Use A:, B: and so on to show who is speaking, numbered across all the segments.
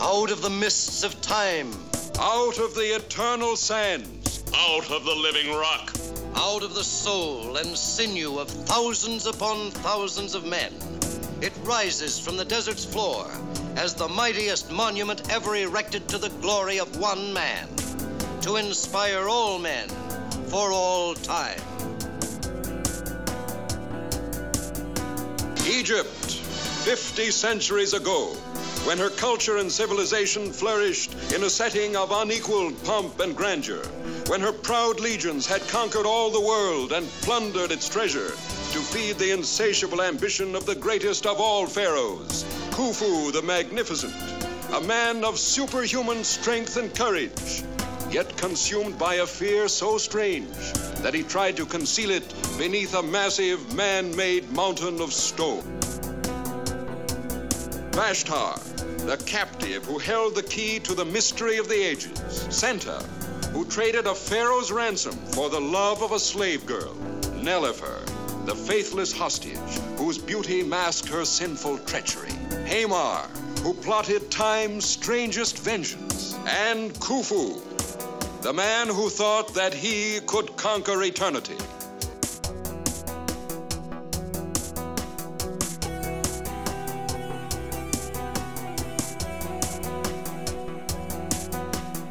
A: out of the mists of time,
B: out of the eternal sands,
C: out of the living rock,
A: out of the soul and sinew of thousands upon thousands of men. It rises from the desert's floor as the mightiest monument ever erected to the glory of one man, to inspire all men for all time.
B: Egypt, 50 centuries ago, when her culture and civilization flourished in a setting of unequaled pomp and grandeur, when her proud legions had conquered all the world and plundered its treasure to feed the insatiable ambition of the greatest of all pharaohs, Khufu the Magnificent, a man of superhuman strength and courage, yet consumed by a fear so strange that he tried to conceal it beneath a massive man-made mountain of stone. Vashtar, the captive who held the key to the mystery of the ages, Senta, who traded a pharaoh's ransom for the love of a slave girl, Nelifer, the faithless hostage whose beauty masked her sinful treachery, Hamar, who plotted time's strangest vengeance, and Khufu, the man who thought that he could conquer eternity.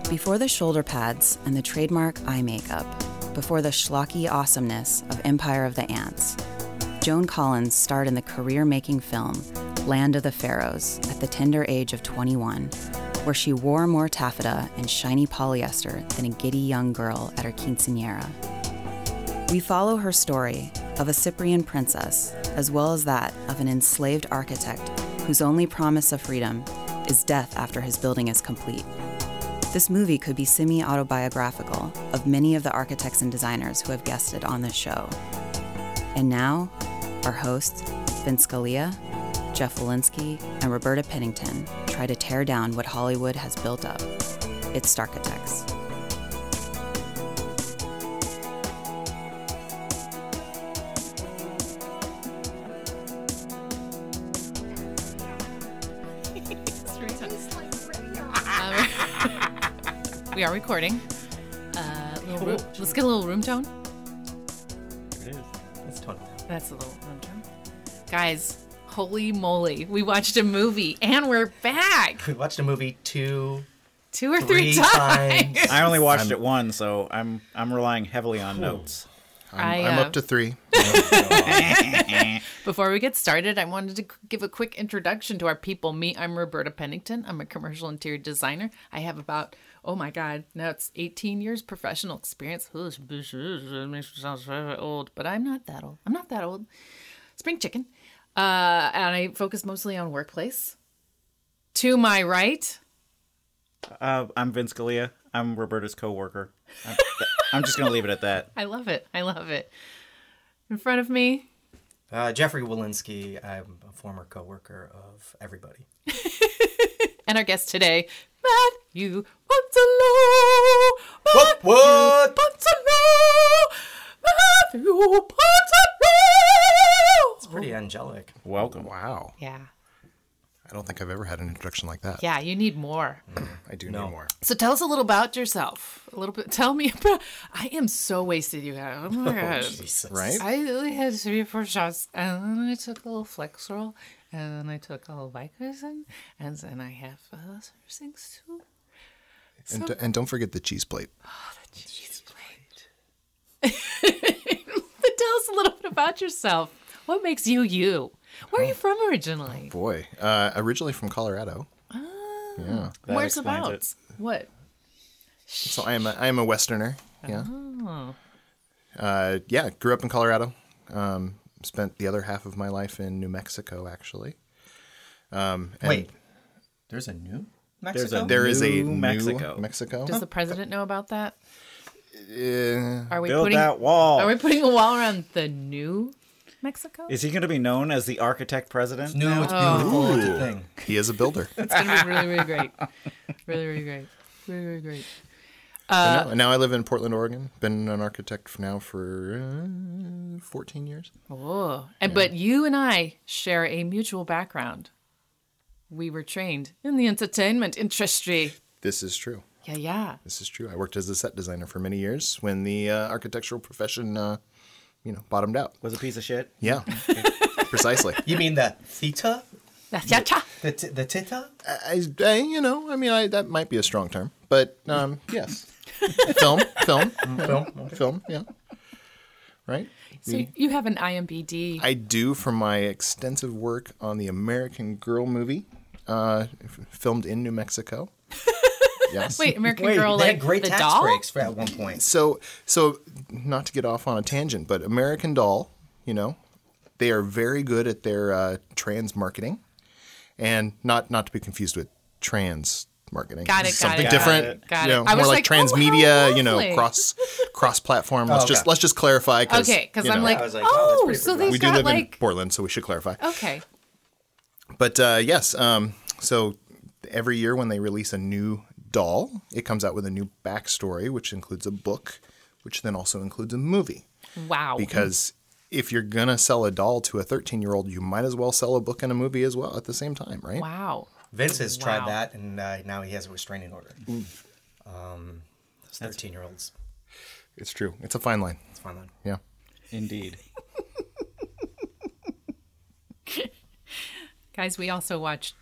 D: Before the shoulder pads and the trademark eye makeup, before the schlocky awesomeness of Empire of the Ants, Joan Collins starred in the career making film Land of the Pharaohs at the tender age of 21, where she wore more taffeta and shiny polyester than a giddy young girl at her quinceanera. We follow her story of a Cyprian princess, as well as that of an enslaved architect whose only promise of freedom is death after his building is complete. This movie could be semi autobiographical of many of the architects and designers who have guested on this show. And now, our hosts, Vince Scalia, Jeff Walensky, and Roberta Pennington try to tear down what Hollywood has built up its architects.
E: We are recording. Uh, little room, let's get a little room tone.
F: There it is. That's total.
E: That's a little room tone. Guys, holy moly, we watched a movie and we're back
F: We watched a movie two,
E: two or
F: three
E: three, times.
F: times.
G: I only watched it once, so I'm I'm relying heavily on notes.
E: I,
H: I'm, I'm
E: uh,
H: up to three.
G: Uh,
E: Before we get started, I wanted to give a quick introduction to our people. Me, I'm Roberta Pennington. I'm a commercial interior designer. I have about, oh my God, now it's 18 years professional experience. It makes me sound so old, but I'm not that old. I'm not that old. Spring chicken. Uh, and I focus mostly on workplace. To my right,
G: Uh, I'm Vince Scalia. I'm Roberta's coworker. I'm, I'm just gonna leave it at that.
E: I love it. I love it. In front of me,
F: Uh, Jeffrey Walensky, I'm a former coworker of everybody.
E: and our guest today, Matthew Ponzolo.
F: What?
E: Matthew
F: What?
E: Ponzolo. Matthew Ponzolo.
F: Pretty angelic.
G: Welcome.
H: Wow.
E: Yeah.
H: I don't think I've ever had an introduction like that.
E: Yeah, you need more.
H: I do
F: No.
H: need more.
E: So tell us a little about yourself. A little bit. Tell me about. I am so wasted, you guys. Oh my god.
F: Jesus.
H: Right?
E: I only had three or four shots, and then I took a little Flexeril, and then I took a little Vicodin, and then I have other things too.
H: and, d- and don't forget the cheese plate.
E: Jeez, wait. But Tell us a little bit about yourself. What makes you you? Where are you from originally?
H: Boy, uh, originally from Colorado. Yeah.
G: That
E: Where's
G: explains
E: about?
G: it.
E: What?
H: So I am a, I am a Westerner. Yeah.
E: Oh.
H: Uh, yeah, grew up in Colorado. Um, spent the other half of my life in New Mexico, actually. Um, and
F: Wait. There's a new Mexico?
G: There's a-
H: there is a
G: New
H: new
G: Mexico.
H: Mexico.
E: Does the president know about that?
H: Uh,
E: Are we
G: Build
E: putting
G: that wall.
E: Are we putting a wall around the new Mexico?
G: Is he gonna be known as the architect president?
F: new, it's
E: Oh.
F: beautiful. It's a thing.
H: he is a builder.
E: It's gonna be really, really great. Really, really great. Really, really great. Uh,
H: And now, now I live in Portland, Oregon. Been an architect for now for uh, 14 years.
E: Oh, and but you and I share a mutual background. We were trained in the entertainment industry.
H: This is true.
E: Yeah, yeah.
H: This is true. I worked as a set designer for many years when the uh, architectural profession, uh, you know, bottomed out.
G: Was a piece of shit.
H: Yeah, precisely.
F: You mean the theta?
E: That's yeah, cha.
F: The, t- the theta?
H: I, I, you know, I mean, I, that might be a strong term, but um, yes, film, film, film, film. Yeah, right.
E: So you have an IMBD.
H: I do from my extensive work on the American Girl movie, uh, f- filmed in New Mexico. Yes.
E: Wait, American
F: Wait,
E: Girl,
F: they
E: like
F: had great
E: the
F: tax
E: doll.
F: breaks for at one point.
H: So, so not to get off on a tangent, but American Doll, you know, they are very good at their uh, trans marketing, and not not to be confused with trans marketing.
E: Got it, got
H: Something
E: it, got
H: different.
E: it, got
H: you
E: it.
H: know,
E: I
H: more
E: was
H: like,
E: like, oh, how
H: transmedia. you know,
E: lovely.
H: cross cross platform. Let's
F: okay.
H: just let's just clarify. Cause,
E: Okay, because
H: you
E: I'm
H: know,
E: like,
F: I was like, wow, that's
E: oh,
F: pretty
E: so
F: progressive.
E: they've
H: we do
E: got
H: live in
E: like
H: Portland, so we should clarify.
E: okay,
H: But uh, yes, um, so every year when they release a new doll, it comes out with a new backstory, which includes a book, which then also includes a movie.
E: wow,
H: Because if you're gonna sell a doll to a 13 year old, you might as well sell a book and a movie as well at the same time, right?
E: wow.
F: Vince has
E: Wow.
F: tried that, and uh, now he has a restraining order. Um, those 13 year olds.
H: It's true. It's a fine line.
F: It's fine. line.
H: Yeah.
G: Indeed.
E: Guys, we also watched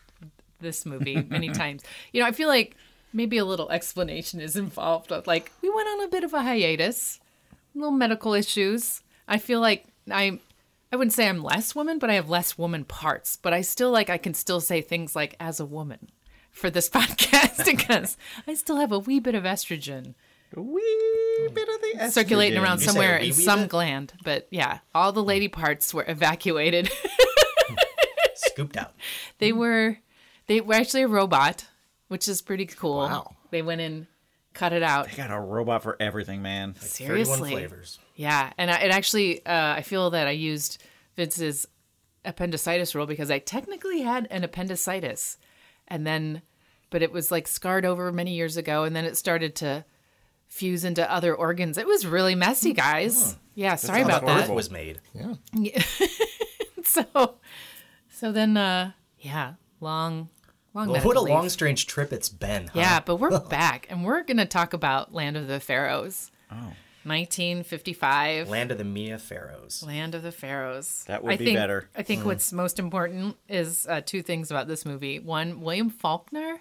E: this movie many times. You know, I feel like maybe a little explanation is involved. of, Like, we went on a bit of a hiatus, little medical issues. I feel like I'm. I wouldn't say I'm less woman, but I have less woman parts. But I still like I can still say things like as a woman for this podcast because I still have a wee bit of estrogen
G: A wee bit of the
E: circulating
G: estrogen.
E: around
F: You say
E: somewhere
F: a wee
E: in
F: wee
E: some
F: bit?
E: gland. But yeah, all the lady parts were evacuated.
F: Scooped out.
E: They were they were actually a robot, which is pretty cool.
H: Wow.
E: They went and cut it out.
G: I got a robot for everything, man.
F: 31
E: Seriously.
F: flavors.
E: Yeah, and I, it actually uh, I feel that I used Vince's appendicitis rule because I technically had an appendicitis, and then, but it was like scarred over many years ago, and then it started to fuse into other organs. It was really messy, guys. Yeah, sorry
G: sounds
E: about
G: horrible.
E: that.
F: Earth was made.
E: So, so then, uh, yeah, long, long.
F: Well,
E: medical
F: what a
E: leave.
F: long, strange trip it's been. Huh?
E: Yeah, but we're back and we're going to talk about Land of the Pharaohs. Oh. 1955.
F: Land of the Mia Pharaohs.
E: Land of the Pharaohs.
G: That would
E: I
G: be
E: think,
G: better.
E: I think what's most important is uh, two things about this movie. One, William Faulkner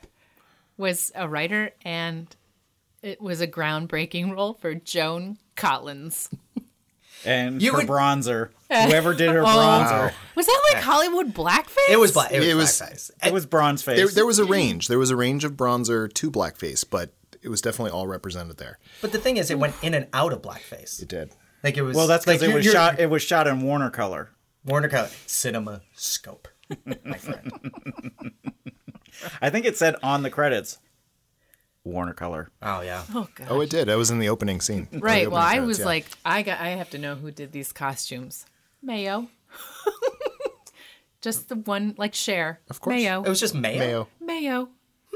E: was a writer and it was a groundbreaking role for Joan Collins.
G: And
F: You
G: her
F: would-
G: bronzer. Whoever did
E: Oh.
G: her bronzer.
E: Was that like Hollywood blackface?
F: It was black. It was,
H: It was-
F: black face.
G: It was bronze face.
H: There, there was a range. There was a range of bronzer to blackface, but it was definitely all represented there.
F: But the thing is, it went in and out of blackface.
H: It did.
F: Like it was.
G: well, that's because
F: like
G: it was shot. It was shot in Warner color.
F: Warner Color cinema scope, my friend.
G: I think it said on the credits, Warner color.
F: Oh yeah.
E: Oh, God.
H: Oh, it did. That was in the opening scene. Or the
E: Right. Well,
H: opening
E: I
H: credits,
E: was
H: yeah.
E: like, I got, I have to know who did these costumes. Mayo. Just the one, like Cher. Of
H: course.
E: Mayo.
F: It was just mayo.
H: Mayo.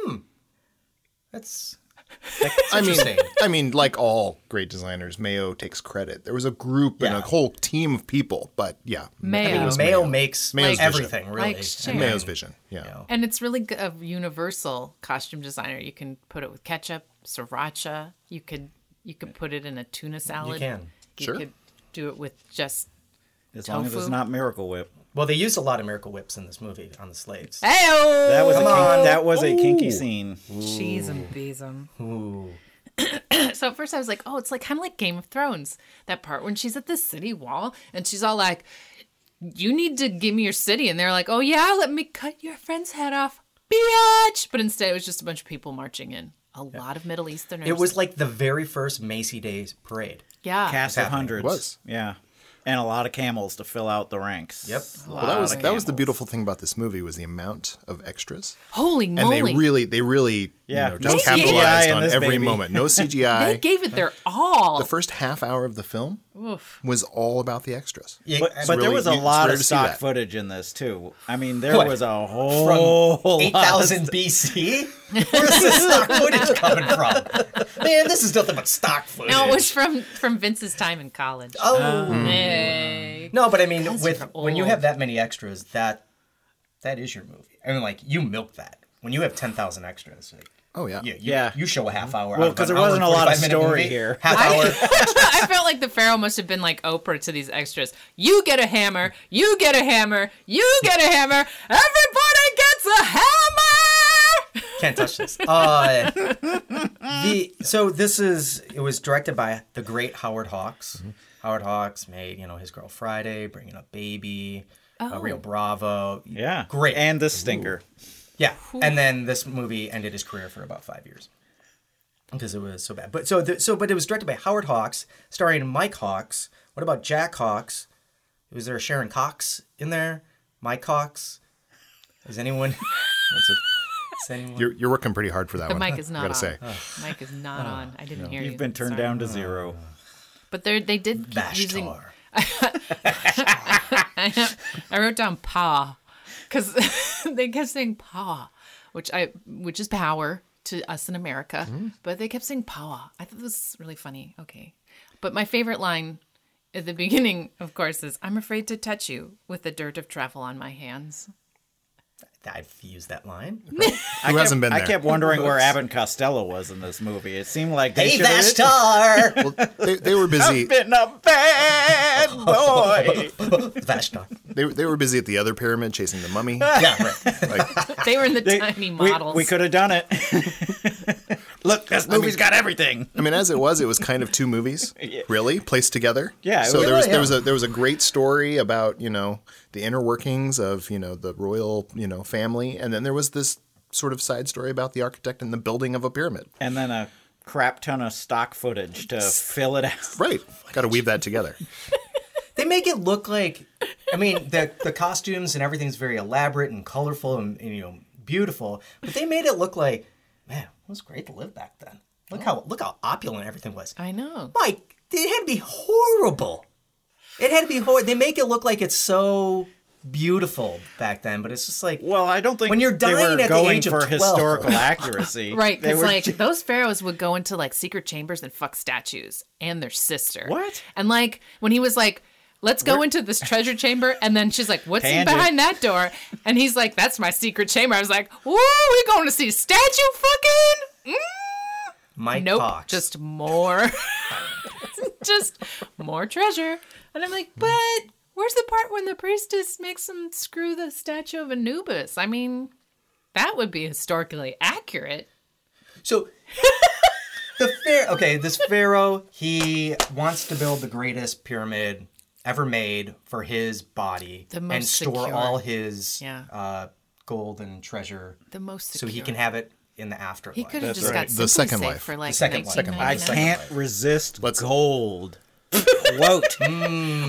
E: Mayo.
F: That's.
H: I mean,
F: interesting.
H: I mean, like all great designers, Mayo takes credit. There was a group and
F: Yeah.
H: a whole team of people, but yeah,
E: Mayo.
F: I mean, mayo, makes
H: Mayo's
F: everything really.
E: Like
F: I
E: Cher.
F: mean,
H: Mayo's vision. Yeah,
F: Yeah.
E: And it's really g- a universal costume designer. You can put it with ketchup, sriracha. You could you could put it in a tuna salad.
F: can.
E: You
H: Sure.
E: could do it with just
G: As long as it's
E: Tofu.
G: not Miracle Whip.
F: Well, they used a lot of miracle whips in this movie on the slaves.
E: Ayo!
G: That was a kink, that was a kinky scene.
E: Cheese and beesum. so at first I was like, oh, it's like kind of like Game of Thrones. That part when she's at the city wall and she's all like, you need to give me your city. And they're like, oh, yeah, let me cut your friend's head off. Biatch! But instead it was just a bunch of people marching in. A lot of Middle Easterners.
F: It was like the very first Macy Days parade.
E: yeah.
G: Cast of hundreds.
H: was.
G: Yeah. And a lot of camels to fill out the ranks.
F: Yep.
H: Well, that was that was the beautiful thing about this movie was the amount of extras,
E: Holy
H: and
E: moly!
H: they really they really
G: Yeah,
H: you know,
G: no
H: just
E: CGI
H: capitalized
G: in
H: on
G: this
H: every
G: baby.
H: moment. No
E: They
H: CGI.
E: gave it their all.
H: the first half hour of the film was all about the extras.
F: Yeah,
G: But,
F: I
G: but there
H: really-
G: was a
H: you- it's
G: lot
H: rare
G: of
H: to see
G: stock
H: that.
G: footage in this too. I mean, there
F: What?
G: was a
F: from
G: whole lot of
F: 8000 BC? Where's the stock footage coming from? Man, this is nothing but stock footage.
E: no, it was from from Vince's time in college.
F: Oh.
E: Yay.
F: No, but I mean,
E: Because
F: with
E: you're
F: when you
E: old.
F: have that many extras, that That is your movie. I mean, like you milk that when you have ten thousand extras. Like,
H: Oh yeah.
F: yeah, you,
G: Yeah.
F: You show a half hour.
G: Well,
F: out of
G: 'cause
F: an
G: there wasn't
F: hour and
G: a lot of
F: 45 minute
G: story
F: movie,
G: here.
F: Half hour.
E: I felt like the Pharaoh must have been like Oprah to these extras. You get a hammer, you get a hammer, you get a hammer, everybody gets a hammer!
F: Can't touch this. Uh, the so this is it was directed by the great Howard Hawks.
G: Mm-hmm.
F: Howard Hawks made you know his Girl Friday, Bringing Up Baby, uh, Rio Bravo.
G: Yeah.
F: great.
G: And the stinker.
F: Yeah, and then this movie ended his career for about five years because it was so bad. But so the, so but it was directed by Howard Hawks, starring Mike Hawks. What about Jack Hawks? Was there a Sharon Cox in there? Mike Hawks? Is anyone?
H: That's it.
F: Is anyone?
H: You're, you're working pretty hard for that
E: The
H: one.
E: mic is not
H: I gotta
E: on.
H: say. Oh.
E: Mic is not on. I didn't hear you.
G: You've been turned
E: Sorry.
G: down to zero.
E: But they they did keep
F: Bashtar.
E: using. I wrote down pa because they kept saying pa, which I which is power to us in America,
G: Mm.
E: but they kept saying power. I thought this was really funny. Okay, but my favorite line at the beginning, of course, is "I'm afraid to touch you with the dirt of travel on my hands."
F: I've used that line.
G: I
H: Who hasn't
G: kept-
H: been there?
G: I kept wondering where Abbott and Costello was in this movie. It seemed like they
F: Hey,
G: should have
F: Vashtar!
H: Well, they, they were busy.
G: been a bad boy.
F: Vashtar.
H: They, they were busy at the other pyramid chasing the mummy.
F: Yeah, right.
H: Like,
E: They were in the
G: They-
E: tiny
G: we-
E: models.
G: We, could have done it. Look, this movie's got everything.
H: I mean, as it was, it was kind of two movies, really placed together.
G: Yeah, it
H: So
G: was-
H: there was
F: Yeah,
H: there
F: yeah.
H: was a there was a great story about you know the inner workings of you know the royal you know family, and then there was this sort of side story about the architect and the building of a pyramid.
G: And then a crap ton of stock footage to fill it out.
H: Right. Got to weave that together.
F: They make it look like, I mean, the the costumes and everything's very elaborate and colorful and, and, you know beautiful, but they made it look like, man, it was great to live back then. Look how look how opulent everything was.
E: I know.
F: Mike, it had to be horrible. It had to be horrible. They make it look like it's so beautiful back then, but it's just like
G: Well, I don't think
F: When you're
G: they
F: dying
G: were
F: at the
G: going
F: age of
G: for
F: 12.
G: historical accuracy.
E: Right,
G: They
E: because
G: were
E: like
G: ju-
E: those pharaohs would go into like secret chambers and fuck statues and their sister.
G: What?
E: And like when he was like, "Let's go into this treasure chamber," and then she's like, "What's in
G: Tangent.
E: behind that door?" And he's like, "That's my secret chamber." I was like, "Ooh, we going to see statue fucking?" Mm,
F: Mike
E: Nope,
F: Cox.
E: just more, just more treasure. And I'm like,
G: Hmm.
E: but where's the part when the priestess makes him screw the statue of Anubis? I mean, that would be historically accurate.
F: So the pharaoh, okay, this pharaoh, he wants to build the greatest pyramid ever made for his body
E: The most
F: and store
E: secure.
F: all his
E: Yeah.
F: uh, gold and treasure
E: The most
F: so
E: secure.
F: he can have it in the afterlife.
E: He could have just got
H: The
E: Simply
H: second
E: Safe
H: wife.
E: for like
F: The second wife. Second
G: I
E: 1999
G: can't resist
H: Let's-
G: gold. Quote.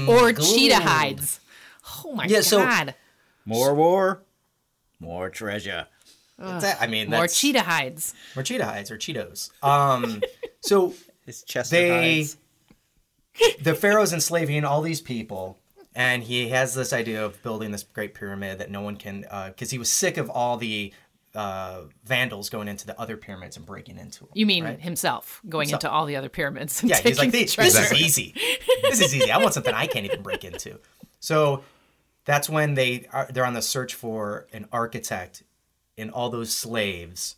E: or cheetah hides. Oh my
F: Yeah, so-
E: god!
G: More war, more treasure.
E: uh,
F: That's it. I mean,
E: More
F: that's,
E: cheetah hides.
F: more cheetah hides or Cheetos. Um, so
G: His chest
F: they the pharaoh's enslaving all these people and he has this idea of building this great pyramid that no one can because he was sick of all the uh, vandals going into the other pyramids and breaking into them
E: You mean himself going into all the other pyramids? And
F: yeah he's like
E: taking
F: this,
E: treasure.
F: this is easy this is easy i want something i can't even break into so that's when they are they're on the search for an architect and all those slaves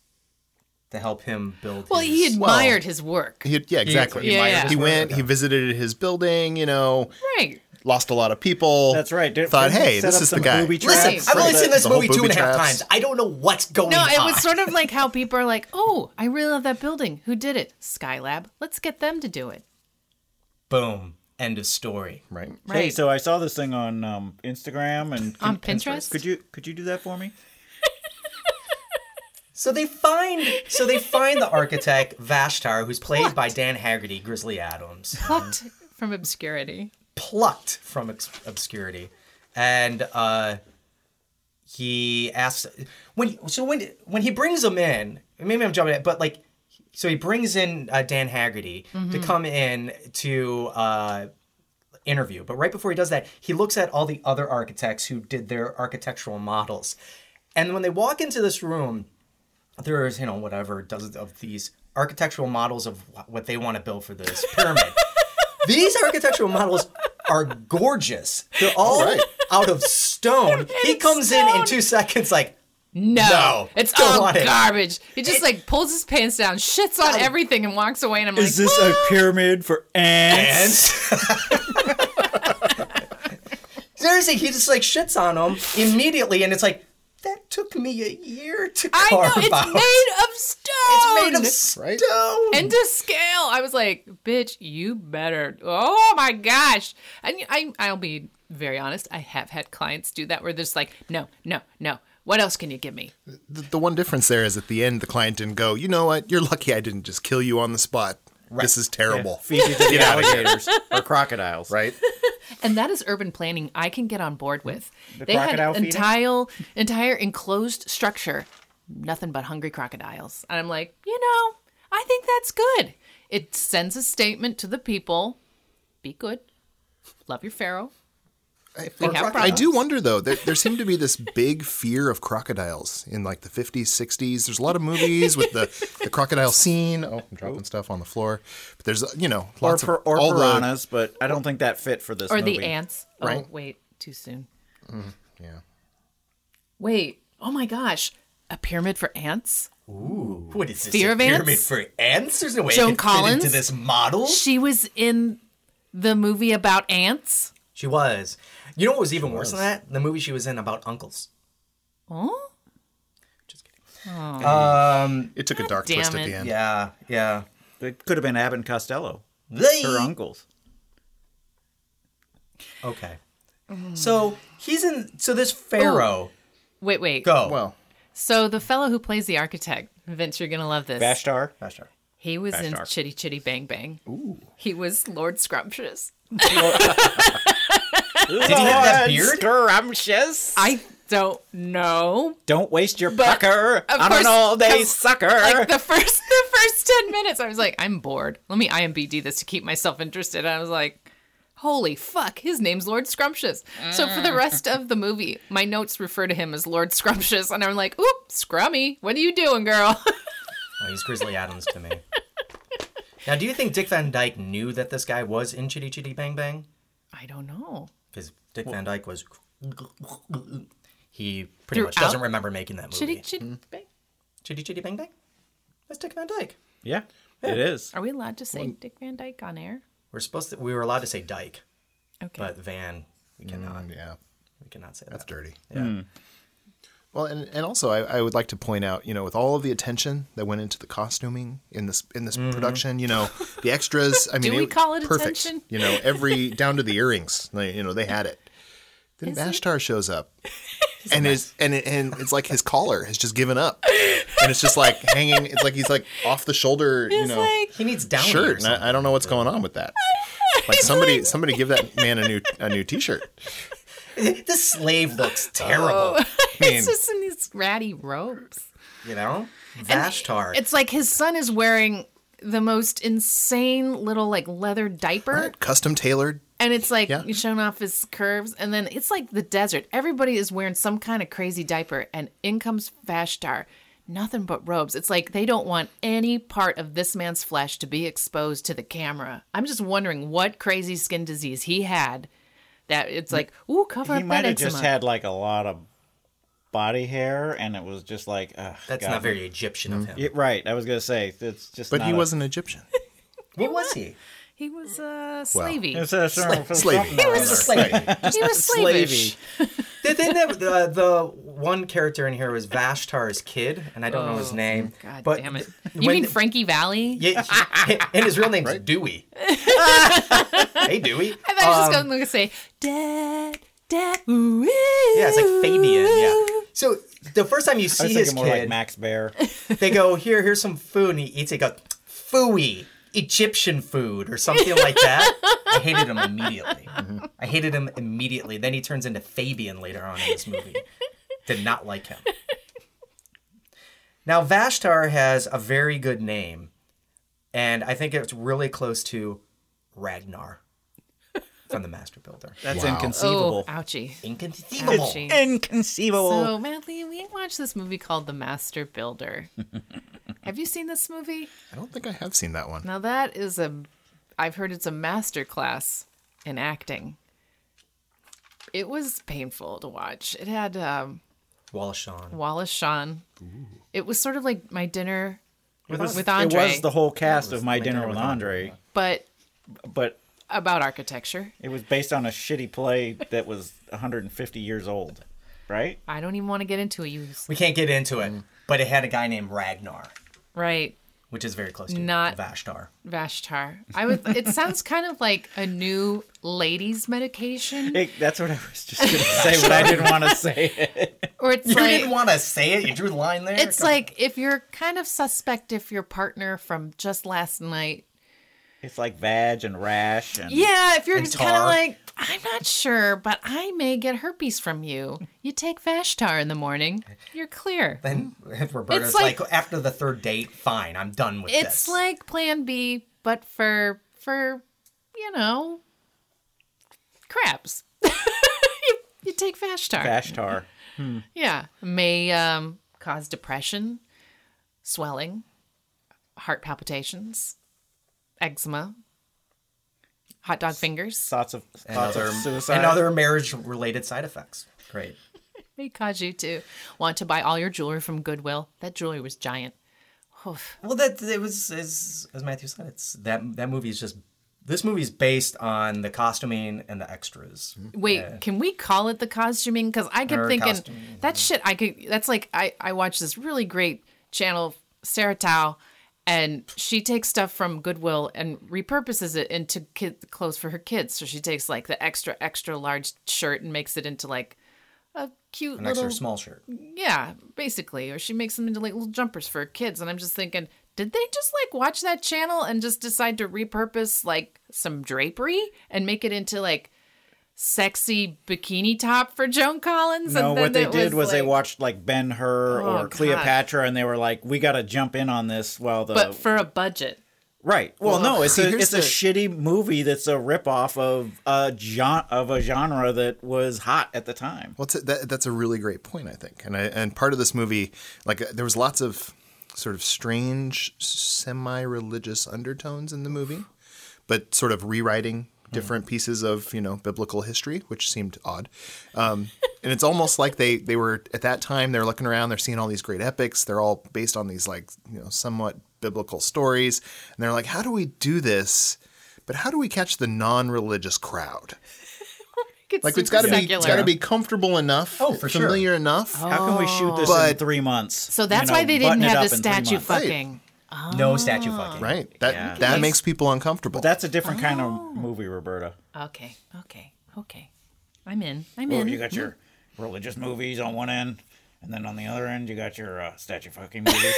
F: to help him build
E: Well, he
F: his-
E: admired his work,
H: He, yeah, exactly.
E: Yeah, yeah, yeah.
H: He went. He visited his building. You know,
E: right?
H: lost a lot of people.
G: That's right. Didn't-
H: Thought,
G: didn't he
H: hey,
G: set
H: this
G: up
H: is the
G: some
H: guy.
G: booby traps
F: Listen,
E: Right.
F: I've only
H: Right.
F: seen this
H: The whole
F: movie two and a
H: booby
F: half
H: traps.
F: times. I don't know what's going
E: No,
F: on.
E: it was sort of like how people are like, "Oh, I really love that building. Who did it? Skylab. Let's get them to do it."
F: boom. End of story.
H: Right.
E: Right?
G: Hey, so I saw this thing on um, Instagram and
E: On Pinterest?
G: Could you could you do that for me?
F: So they find, so they find the architect Vashtar, who's played by Dan Haggerty, Grizzly Adams,
E: plucked from obscurity.
F: plucked from obs- obscurity, and uh, he asks when. So when when he brings him in, maybe I'm jumping, it, but like, so he brings in uh, Dan Haggerty to come in to uh, interview. But right before he does that, he looks at all the other architects who did their architectural models. And when they walk into this room, there's, you know, whatever, dozens of these architectural models of wh- what they want to build for this pyramid. these architectural models are gorgeous. They're all out of stone. he
E: it's
F: comes in in
E: stone.
F: two seconds, like,
E: No,
F: No,
E: it's
F: don't
E: all
F: want it.
E: garbage. He just like pulls his pants down, shits on everything, and walks away. And I'm like,
G: Is this a pyramid for
F: and
G: ants?
F: seriously, he just like shits on him immediately, and it's like that took me a year to
E: I know
F: carve
E: it's
F: out.
E: made of stone.
F: It's made of stone.
H: Right?
E: and to scale. I was like, bitch, you better. Oh my gosh. And I, I'll be very honest. I have had clients do that where they're just like, no, no, no. What else can you give me?
H: The, the one difference there is at the end, the client didn't go, you know what? You're lucky I didn't just kill you on the spot. This is terrible.
G: Feed you to the alligators or crocodiles.
H: Right?
E: And that is urban planning I can get on board with. they had
G: crocodile
E: an
G: feeding?
E: entire, entire enclosed structure, nothing but hungry crocodiles. And I'm like, you know, I think that's good. It sends a statement to the people be good, love your pharaoh. We have
H: I
E: problems.
H: do wonder though. There, there seemed to be this big fear of crocodiles in like the 50s, 60s. There's a lot of movies with the, the crocodile scene. Oh, I'm dropping stuff on the floor. But there's you know
G: Or,
H: lots
G: pir-
H: of
G: or
H: all the-
G: piranhas, but I don't think that fit for this
E: or
G: movie.
E: the ants.
H: Right.
E: Oh, wait, too soon.
H: yeah.
E: Wait. Oh my gosh. A pyramid for ants?
F: What is this?
E: Fear
F: a
E: of
F: pyramid
E: ants?
F: for ants? There's no way
E: Joan
F: it could fit into
E: Collins?
F: this model.
E: She was in the movie about ants.
F: She was. You know what was even worse than that? The movie she was in about uncles.
E: Oh,
H: It took a dark
E: damn
H: twist at
E: it.
H: the end.
F: Yeah, yeah.
G: It could have been Abbott and Costello,
F: They-
G: her uncles.
F: Okay. So he's in. So this
E: Oh.
F: pharaoh.
E: wait, wait.
F: Go.
H: Well,
E: So the fellow who plays the architect, Vince, you're gonna love this.
G: Bashtar.
F: Faster.
E: he was in
G: Bashar.
E: Chitty Chitty Bang Bang. Ooh. He was Lord Scrumptious.
G: Did
F: he have that beard?
E: I don't know.
G: Don't waste your
E: But,
G: pucker
E: of
G: on
E: course,
G: an all-day
E: 'cause,
G: sucker.
E: Like the first the first ten minutes, I was like, I'm bored. Let me IMBD this to keep myself interested. And I was like, holy fuck, his name's Lord Scrumptious. So for the rest of the movie, my notes refer to him as Lord Scrumptious, and I'm like, oop, Scrummy, what are you doing, girl?
F: Oh, he's Grizzly Adams to me. now, do you think Dick Van Dyke knew that this guy was in Chitty Chitty Bang Bang?
E: I don't know.
F: Because Dick Van Dyke was. He pretty much
E: Throughout?
F: doesn't remember making that movie.
E: Chitty chitty bang.
F: Chitty Chitty Bang Bang? That's Dick Van Dyke.
G: yeah, it is.
E: Are we allowed to say Dick Van Dyke on air?
F: We're supposed to. We were allowed to say Dyke,
E: Okay.
F: but Van, we cannot.
H: Mm, yeah.
F: We cannot say
H: That's
F: that.
H: dirty.
F: Yeah.
E: Hmm.
H: Well, and, and also I, I would like to point out, you know, with all of the attention that went into the costuming in this in this production, you know, the extras. I mean,
E: we
H: it-
E: call it
H: perfect.
E: attention?
H: You know, every down to the earrings. They, you know, they had it. Then Bashtar shows up, and is and it, and it's like his collar has just given up, and it's just like hanging. It's like he's like off the shoulder. you know,
F: He needs down
H: shirt, and I, I don't know what's going on with that. Like somebody, somebody give that man a new a new T-shirt.
F: This slave
E: Oh.
F: looks terrible.
H: I mean,
E: It's just in these ratty robes.
F: You know, Vashtar.
E: It's like his son is wearing the most insane little like leather diaper.
H: custom tailored.
E: And it's like
H: Yeah.
E: showing off his curves. And then it's like the desert. Everybody is wearing some kind of crazy diaper. And in comes Vashtar. Nothing but robes. It's like they don't want any part of this man's flesh to be exposed to the camera. I'm just wondering what crazy skin disease he had that it's like, ooh, cover
G: He
E: up
G: might
E: that
G: have just
E: eczema.
G: had like a lot of body hair, and it was just like, ugh,
F: That's
G: God.
F: not very Egyptian of him.
G: Yeah, right, I was gonna say it's just.
H: But
G: not
H: he
G: a-
H: wasn't Egyptian.
F: What was he?
E: he was uh, slavey.
G: It's a
H: slavey.
G: He
F: He was a slave.
E: he was slavish.
F: the, thing that- the, the one character in here was Vashtar's kid, and I don't know his name.
E: Oh, God
F: but
E: damn it.
F: th-
E: You
F: when-
E: mean Frankie Valley?
F: Yeah, he- and his real name's Dewey. hey, Dewey.
E: I thought I was just
F: Um,
E: going to say, Dad, Dad, ooh, ooh,
F: Yeah, it's like Fabian. Yeah. So the first time you
G: I
F: see
G: was
F: his
G: thinking
F: kid,
G: more like Max Bear.
F: they go, "Here, here's some food," and he eats it. He Goes, "Fooey, Egyptian food," or something like that. I hated him immediately. I hated him immediately. Then he turns into Fabian later on in this movie. Did not like him. Now Vashtar has a very good name, and I think it's really close to Ragnar from the Master Builder.
G: That's
E: Oh,
G: inconceivable.
E: ouchie.
F: Inconceivable.
E: Ouchie.
G: Inconceivable.
E: So, Madly, we watched this movie called The Master Builder. Have you seen this movie?
H: I don't think I have seen that one.
E: Now, that is a, I've heard it's a master class in acting. It was painful to watch. It had um,
F: Wallace Shawn.
E: Wallace Shawn. It was sort of like my dinner with, with
G: It
E: Andre,
G: was the whole cast of My Dinner with Andre,
E: but
G: but
E: about architecture.
G: it was based on a shitty play that was 150 years old, right?
E: I don't even want to get into it. You
F: We can't get into it, but it had a guy named Ragnar,
E: right,
F: which is very close to
E: Not-
F: Vashtar.
E: Vashtar. I would. It sounds kind of like a new ladies' medication,
G: It, that's what I was just going to say, but I didn't want to say it.
E: or it's
F: You
E: like
F: didn't want to say it. You drew the line there.
E: it's
F: Come on.
E: like if you're kind of suspect if your partner from just last night
G: It's like Vag and Rash and
E: Yeah, if you're
F: And
E: just kind of
F: tar.
E: like, I'm not sure, but I may get herpes from you. You take Vashtar in the morning, you're clear.
F: Then Roberta's
E: It's
F: like,
E: like-
F: after the third date, fine, I'm done with this.
E: It's like Plan B, but for for you know crabs. you, you take Vashtar.
G: Vashtar.
E: Yeah, may um, cause depression, swelling, heart palpitations, eczema, hot dog fingers.
G: Thoughts of,
F: and
G: thoughts
F: other,
G: of suicide.
F: and other marriage-related side effects. Great.
E: May cause you to want to buy all your jewelry from Goodwill. That jewelry was giant. Oof.
F: Well, that it was as as Matthew said, it's that that movie is just this movie is based on the costuming and the extras.
E: Wait, can we call it the costuming? Because I kept
F: Or
E: thinking
F: costuming,
E: that shit. I could. That's like I I watched this really great channel, Sarah Tao, and she takes stuff from Goodwill and repurposes it into kid clothes for her kids. So she takes like the extra extra large shirt and makes it into like a cute
F: An
E: little
F: extra small shirt.
E: yeah, basically. Or she makes them into like little jumpers for her kids. And I'm just thinking, did they just like watch that channel and just decide to repurpose like some drapery and make it into like sexy bikini top for Joan Collins?
G: No,
E: and then
G: what they
E: it
G: did was, they
E: like-
G: watched like Ben Hur
E: Oh,
G: or
E: God.
G: Cleopatra, and they were like, "We got to jump in on this." While the
E: But for a budget.
G: right, well, no, it's a
F: here's
G: it's a
F: the-
G: shitty movie that's a ripoff of a gen- of a genre that was hot at the time.
H: Well, it's a, that, that's a really great point, I think, and I, and part of this movie, like uh, there was lots of sort of strange, semi-religious undertones in the movie, but sort of rewriting different pieces of you know biblical history, which seemed odd. Um, and it's almost like they they were at that time they're looking around, they're seeing all these great epics, they're all based on these like you know somewhat biblical stories, and they're like, how do we do this? But how do we catch the non-religious crowd?
E: It's
H: Like it's
E: super
H: got to be
E: secular. Oh,
H: it's got to be comfortable enough,
F: Oh, for sure.
H: familiar enough.
G: How can we shoot this in
F: Oh.
H: But-
G: three months?
E: So that's
G: you know,
E: why they didn't
G: button it
E: have
G: up
E: the
G: in three
E: statue
G: months?
E: fucking.
F: No statue
E: Ah.
F: fucking.
H: Right. That that makes people uncomfortable.
G: That's a different kind
E: Oh.
G: of movie, Roberta.
E: Okay, okay, okay. I'm in. I'm
G: Where
E: in.
G: you got your religious movies on one end, and then on the other end you got your uh, statue fucking movies.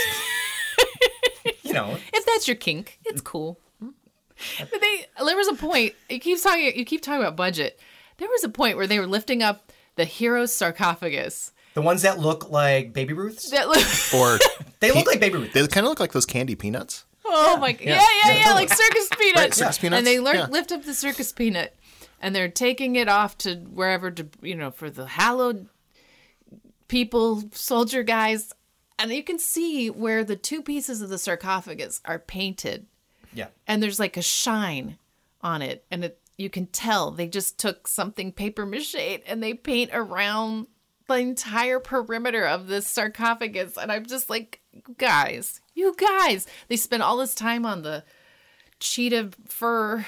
F: You know,
E: if that's your kink, it's cool. But they there was a point. You keep talking. You keep talking about budget. There was a point where they were lifting up the hero's sarcophagus.
F: the ones that look like baby Ruths.
E: That look.
H: or
F: They look like baby Ruths.
H: they kind of look like those candy peanuts.
E: Oh my god! Yeah, yeah, yeah, like circus peanuts.
H: circus peanuts,
E: And they learn,
H: yeah.
E: lift up the circus peanut, and they're taking it off to wherever to you know for the hallowed people, soldier guys, and you can see where the two pieces of the sarcophagus are painted.
F: Yeah.
E: and there's like a shine on it and it you can tell they just took something paper mache and they paint around the entire perimeter of this sarcophagus and i'm just like guys you guys they spend all this time on the cheetah fur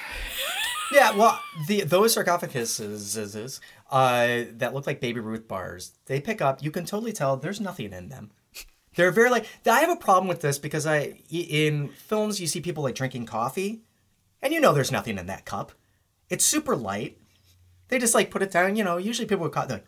F: Yeah, well, the those sarcophaguses uh, that look like baby Ruth bars, they pick up. You can totally tell there's nothing in them. They're very like. I have a problem with this because I in films you see people like drinking coffee, and you know there's nothing in that cup. It's super light. They just like put it down. You know, usually people would call they're like,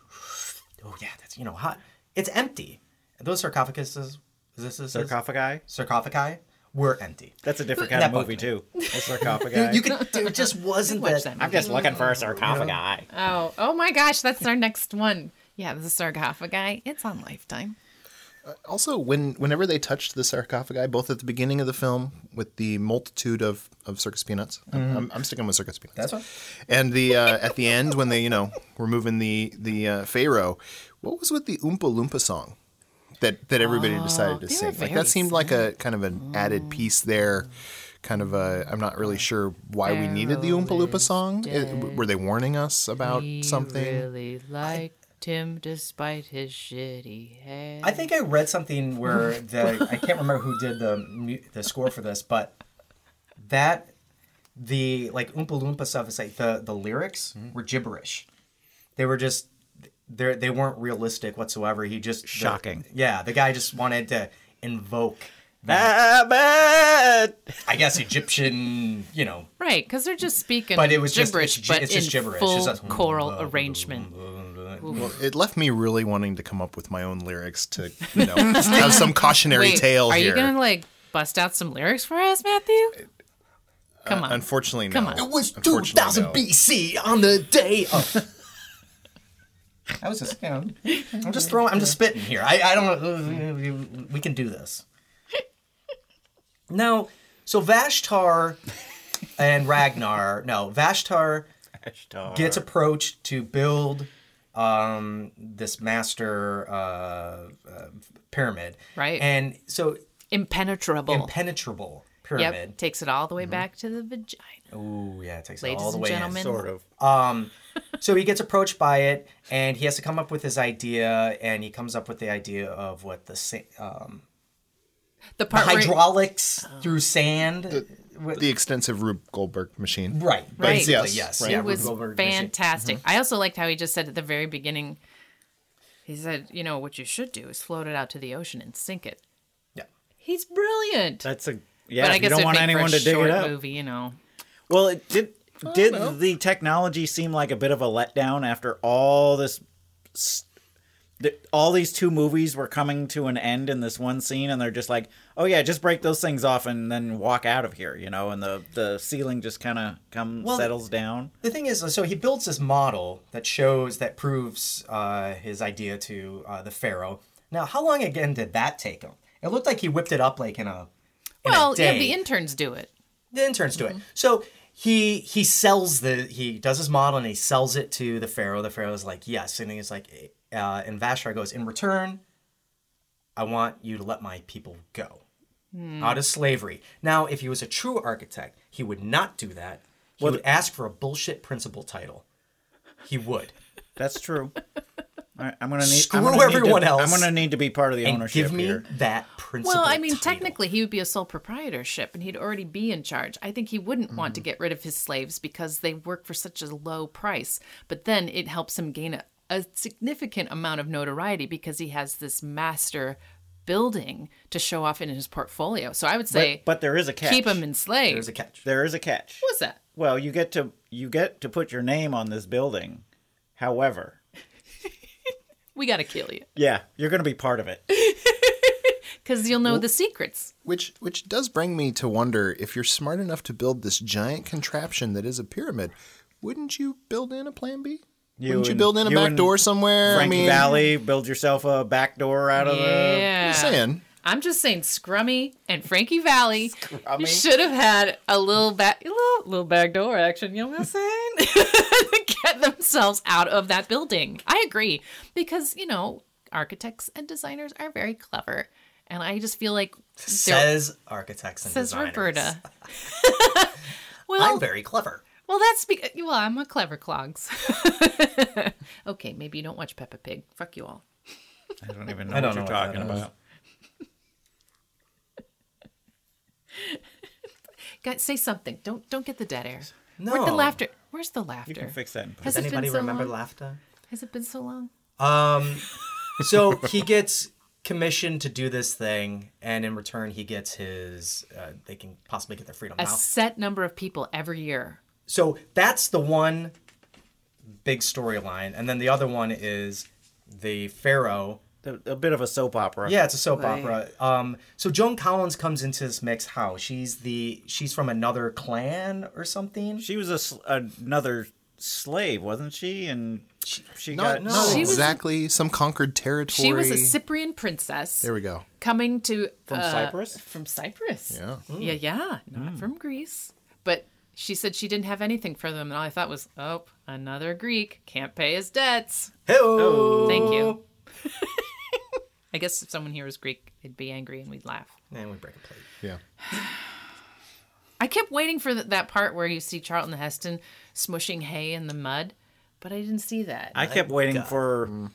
F: oh yeah, that's you know hot. It's empty. Those sarcophaguses, this is
G: Sarcophagi.
F: sarcophagi, were empty.
G: That's a different kind
F: That
G: of movie
F: bugged me.
G: too. A sarcophagi.
F: You could. It just wasn't
E: watch
F: that.
E: them
G: I'm just looking for a sarcophagi.
E: oh oh my gosh that's our next one yeah the sarcophagi it's on lifetime
H: Also, when whenever they touched the sarcophagi, both at the beginning of the film with the multitude of, of circus peanuts, I'm- I'm, I'm sticking with circus peanuts.
F: Mm-hmm. That's right.
H: And the uh, at the end when they you know were moving the the uh, pharaoh, what was with the Oompa Loompa song that that everybody decided to
E: Oh, they were
H: sing? Like
E: very Mm.
H: that seemed like a kind of an added piece there. kind of a I'm not really sure why we needed the Oompa Loompa song. It, were they warning us about
E: He
H: something?
E: really liked him despite his shitty hair.
F: I think I read something where the I can't remember who did the mu- the score for this, but that the like Oompa Loompa stuff is like the the lyrics
G: Mm-hmm.
F: were gibberish. They were just they they weren't realistic whatsoever. He just the-
G: Shocking.
F: yeah, the guy just wanted to invoke.
G: Abbott!
F: I guess Egyptian, you know,
E: Right, because they're just speaking
F: But it was just-
E: gibberish,
F: it's gi-
E: but
F: it's just
E: in
F: gibberish.
E: full
F: It's just-
E: choral arrangement.
H: It left me really wanting to come up with my own lyrics to you know have some cautionary
E: Wait,
H: tale
E: are
H: here.
E: you gonna like bust out some lyrics for us, Matthew? Come on.
H: Unfortunately, no.
E: Come on. It
F: was
H: Unfortunately,
F: 2000
H: no.
F: BC on the day of. I was just, you know, I'm just throwing, I'm just spitting here. I, I don't, we can do this. No, so Vashtar and Ragnar, no, Vashtar gets approached to build um, this master uh, uh, pyramid.
E: Right.
F: And so
E: Impenetrable.
F: impenetrable Mm-hmm. pyramid.
E: Yep. Takes it all the way back to the vagina.
F: Ooh, yeah, it takes it
E: Ladies
F: all the
E: and
F: way in.
E: gentlemen.
G: Sort of.
F: so he gets approached by it and he has to come up with his idea and he comes up with the idea of what the sa- um,
E: The part where
F: hydraulics
E: Oh.
F: through sand What-
H: The extensive Rube Goldberg machine.
F: right
E: Right.
F: basically
H: Yes,
F: yes
H: right.
F: yeah,
E: it was
F: Goldberg machine.
E: fantastic.
G: Mm-hmm.
E: I also liked how he just said at the very beginning, he said, you know, what you should do is float it out to the ocean and sink it.
F: Yeah.
E: He's brilliant.
G: That's a yeah.
E: but I
G: if
E: guess
G: you don't
E: it'd
G: want
E: make for a
G: anyone to dig
E: short
G: it up.
E: movie, you know.
G: Well, it did.
E: Oh,
G: Did the technology seem like a bit of a letdown after all this? s- th- All these two movies were coming to an end in this one scene, and they're just like, "Oh yeah, just break those things off and then walk out of here," you know. And the the ceiling just kind of come
F: Well,
G: settles down.
F: the thing is so he builds this model that shows that proves uh, his idea to uh, the pharaoh now how long again did that take him it looked like he whipped it up like in a in a
E: Well, yeah,
F: day.
E: the interns do it.
F: the interns
E: Mm-hmm.
F: do it. So he he sells the he does his model and he sells it to the pharaoh. The pharaoh is like yes, and he's like, uh, and Vashtar goes in return. I want you to let my people go
E: Hmm.
F: out of slavery. Now, if he was a true architect, he would not do that. He would ask for a bullshit principal title. He would.
G: That's true. All right, I'm gonna need.
F: Screw
G: I'm gonna need
F: everyone
G: to,
F: else
G: I'm gonna need to be part of the
F: And
G: ownership
F: give me
G: here.
F: that principal.
E: Well, I mean,
F: title.
E: technically, he would be a sole proprietorship and he'd already be in charge. I think he wouldn't
F: Mm-hmm.
E: want to
G: Mm.
E: get rid of his slaves because they work for such a low price. But then it helps him gain a, a significant amount of notoriety because he has this master building to show off in his portfolio. So I would say
G: But, but there is a catch.
E: keep him enslaved.
F: there's a catch.
G: There is a catch.
E: What was that?
G: Well, you get to you get to put your name on this building. However,
E: We got to kill you
G: yeah, you're gonna be part of it.
E: because you'll know the secrets.
H: Which which does bring me to wonder if you're smart enough to build this giant contraption that is a pyramid, wouldn't you build in a plan B? wouldn't you
G: and-
H: build in a
G: you
H: back
G: and
H: door somewhere?
G: Frankie Valley, build yourself a back door out of the.
E: Yeah.
H: I'm saying
E: I'm just saying, Scrummy and Frankie Valley should have had a little back, little, little back door action. You know what I'm saying? to get themselves out of that building. I agree because you know architects and designers are very clever, and I just feel like they're-
F: Says architects and
E: says
F: designers.
E: Roberta.
F: I'm
E: well,
F: very clever.
E: well, that's because well, I'm a clever clogs. okay, maybe you don't watch Peppa Pig. Fuck you all.
G: I don't even know
F: I don't
G: what you're
F: know what that
G: talking
F: is.
G: about.
E: Guys, say something. Don't don't get the dead air.
F: No.
E: Where's the laughter? Where's the laughter?
G: You can fix that. In post.
E: Has
F: Does
E: it been
F: anybody
E: so
F: remember
E: long?
F: laughter?
E: Has it been so long?
F: Um, so he gets commissioned to do this thing, and in return, he gets his. Uh, they can possibly get their freedom
E: A
F: now.
E: set number of people every year.
F: So that's the one big storyline, and then the other one is the pharaoh.
G: A- A bit of a soap opera.
F: Yeah, it's a soap opera. Um, so Joan Collins comes into this mix. How she's the she's from another clan or something.
G: She was a sl- another slave, wasn't she? And she, she
H: not,
G: got
H: not
E: She was-
H: exactly some conquered territory.
E: Uh, She was a Cyprian princess.
H: there we go.
E: Coming to
G: from
E: uh,
G: Cyprus. Hmm.
E: From Cyprus.
H: Yeah.
E: Yeah, yeah. Not from Greece. But she said she didn't have anything for them, and all I thought was, oh, another Greek can't pay his debts.
F: Hello.
E: Oh. Thank you. I guess if someone here was Greek, they'd be angry and we'd laugh.
F: And we break a plate.
H: Yeah.
E: I kept waiting for th- that part where you see Charlton Heston smushing hay in the mud, but I didn't see that.
G: I kept waiting for
E: Mm.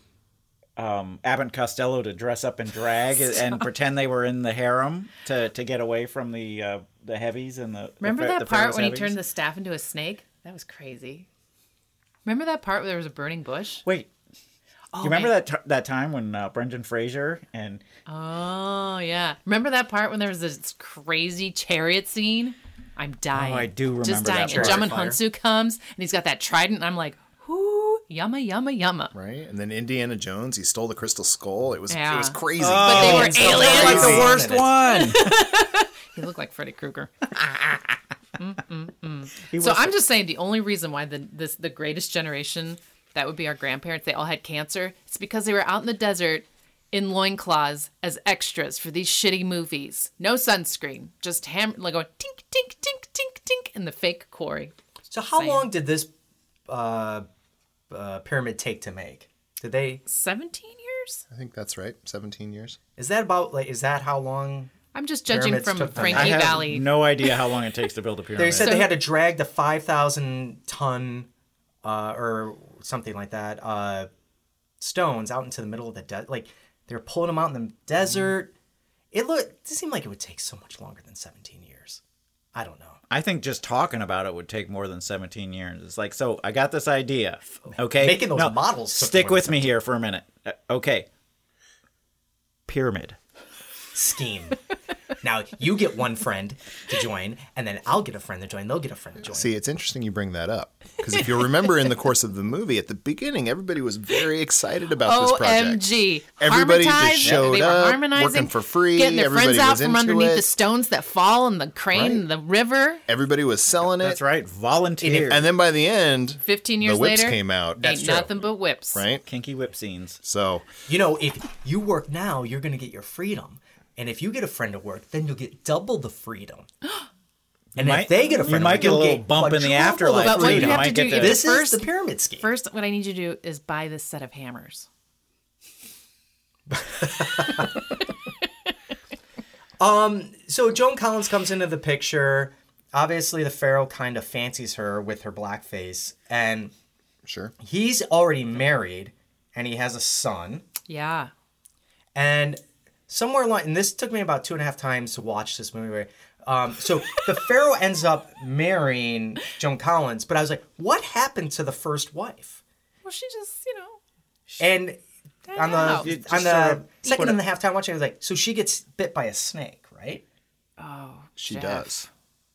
G: um, Abbott and Costello to dress up in drag and- and pretend they were in the harem to, to get away from the uh, the heavies and the.
E: Remember
G: the, fer-
E: that
G: the
E: part
G: Pharaoh's
E: when he
G: heavies?
E: turned the staff into a snake? That was crazy. Remember that part where there was a burning bush?
G: Wait,
E: Oh,
G: do you remember
E: man.
G: that t- that time when uh, Brendan Fraser and
E: Oh yeah. Remember that part when there was this crazy chariot scene? I'm dying.
G: Oh, I do remember
E: Just dying.
G: that
E: and
G: part.
E: Jamin Hunsu comes and he's got that trident and I'm like, whoo, yumma yumma yumma.
H: Right, and then Indiana Jones, he stole the crystal skull. It was
E: Yeah.
H: it was crazy.
E: But
G: Oh,
E: they were aliens.
G: like the worst one.
E: He looked like Freddy Krueger.
G: He
E: So
G: was-
E: I'm just saying the only reason why the this the greatest generation that would be our grandparents they all had cancer it's because they were out in the desert in loincloths as extras for these shitty movies. No sunscreen, just hammer like going tink tink tink tink tink in the fake quarry.
F: So how
E: Same.
F: long did this uh, uh, pyramid take to make? Did they?
E: 17 years?
H: I think that's right. Seventeen years.
F: Is that about like? Is that how long?
E: I'm just judging
F: Pyramids
E: from
F: took them. I
E: Frankie
G: I have
E: Valley.
G: no idea how long it takes to build a pyramid.
F: They said
E: So-
F: they had to drag the five thousand ton uh, or something like that uh, stones out into the middle of the desert. Like they were pulling them out in the desert. It looked. It seemed like it would take so much longer than seventeen years. I don't know.
G: I think just talking about it would take more than 17 years. It's like, so I got this idea. Okay.
F: Making those models took
G: Stick
F: more than
G: with me here for a minute. Uh, Okay. Pyramid.
F: Scheme. now you get one friend to join, and then I'll get a friend to join. They'll get a friend to join.
H: See, it's interesting you bring that up because if you remember in the course of the movie, at the beginning, everybody was very excited about this project.
E: OMG.
H: Everybody just
E: Harmonized.
H: showed
E: they were
H: up,
E: harmonizing,
H: working for free.
E: Getting their friends
H: Everybody
E: out
H: was
E: from
H: into
E: underneath
H: it.
E: the stones that fall and the crane and the river.
H: Everybody was
E: Uh,
H: selling it.
G: That's right. Volunteer.
H: And then by the end,
E: 15 years
H: the whips
E: later,
H: came out.
E: ain't nothing but whips.
H: right.
G: Kinky whip scenes.
H: So
F: You know, if you work now, you're going to get your freedom. And if you get a friend to work, then you'll get double the freedom. And if
G: might-
F: they get a
G: you
F: friend, to
G: might
F: work,
G: get a
F: you'll
G: little bump in the
F: quadruple
G: afterlife
E: But what you
F: freedom.
E: have to
G: might get
E: do
G: the-
E: is
F: This
E: first,
F: is the pyramid scheme.
E: first, what I need you to do is buy this set of hammers.
F: so Joan Collins comes into the picture. Obviously, the pharaoh kind of fancies her with her black face, and
H: sure,
F: he's already married, and he has a son.
E: Yeah.
F: And somewhere along, and this took me about two and a half times to watch this movie. Where, um, so the Pharaoh ends up marrying Joan Collins, but I was like, what happened to the first wife?
E: Well, she just, you know,
F: And on the
E: out.
G: It just
F: on
G: sort
F: the
G: of
F: second
G: put
F: and
G: it-
F: a half time watching, I was like, so she gets bit by a snake, right?
H: she
E: Jeff.
H: does.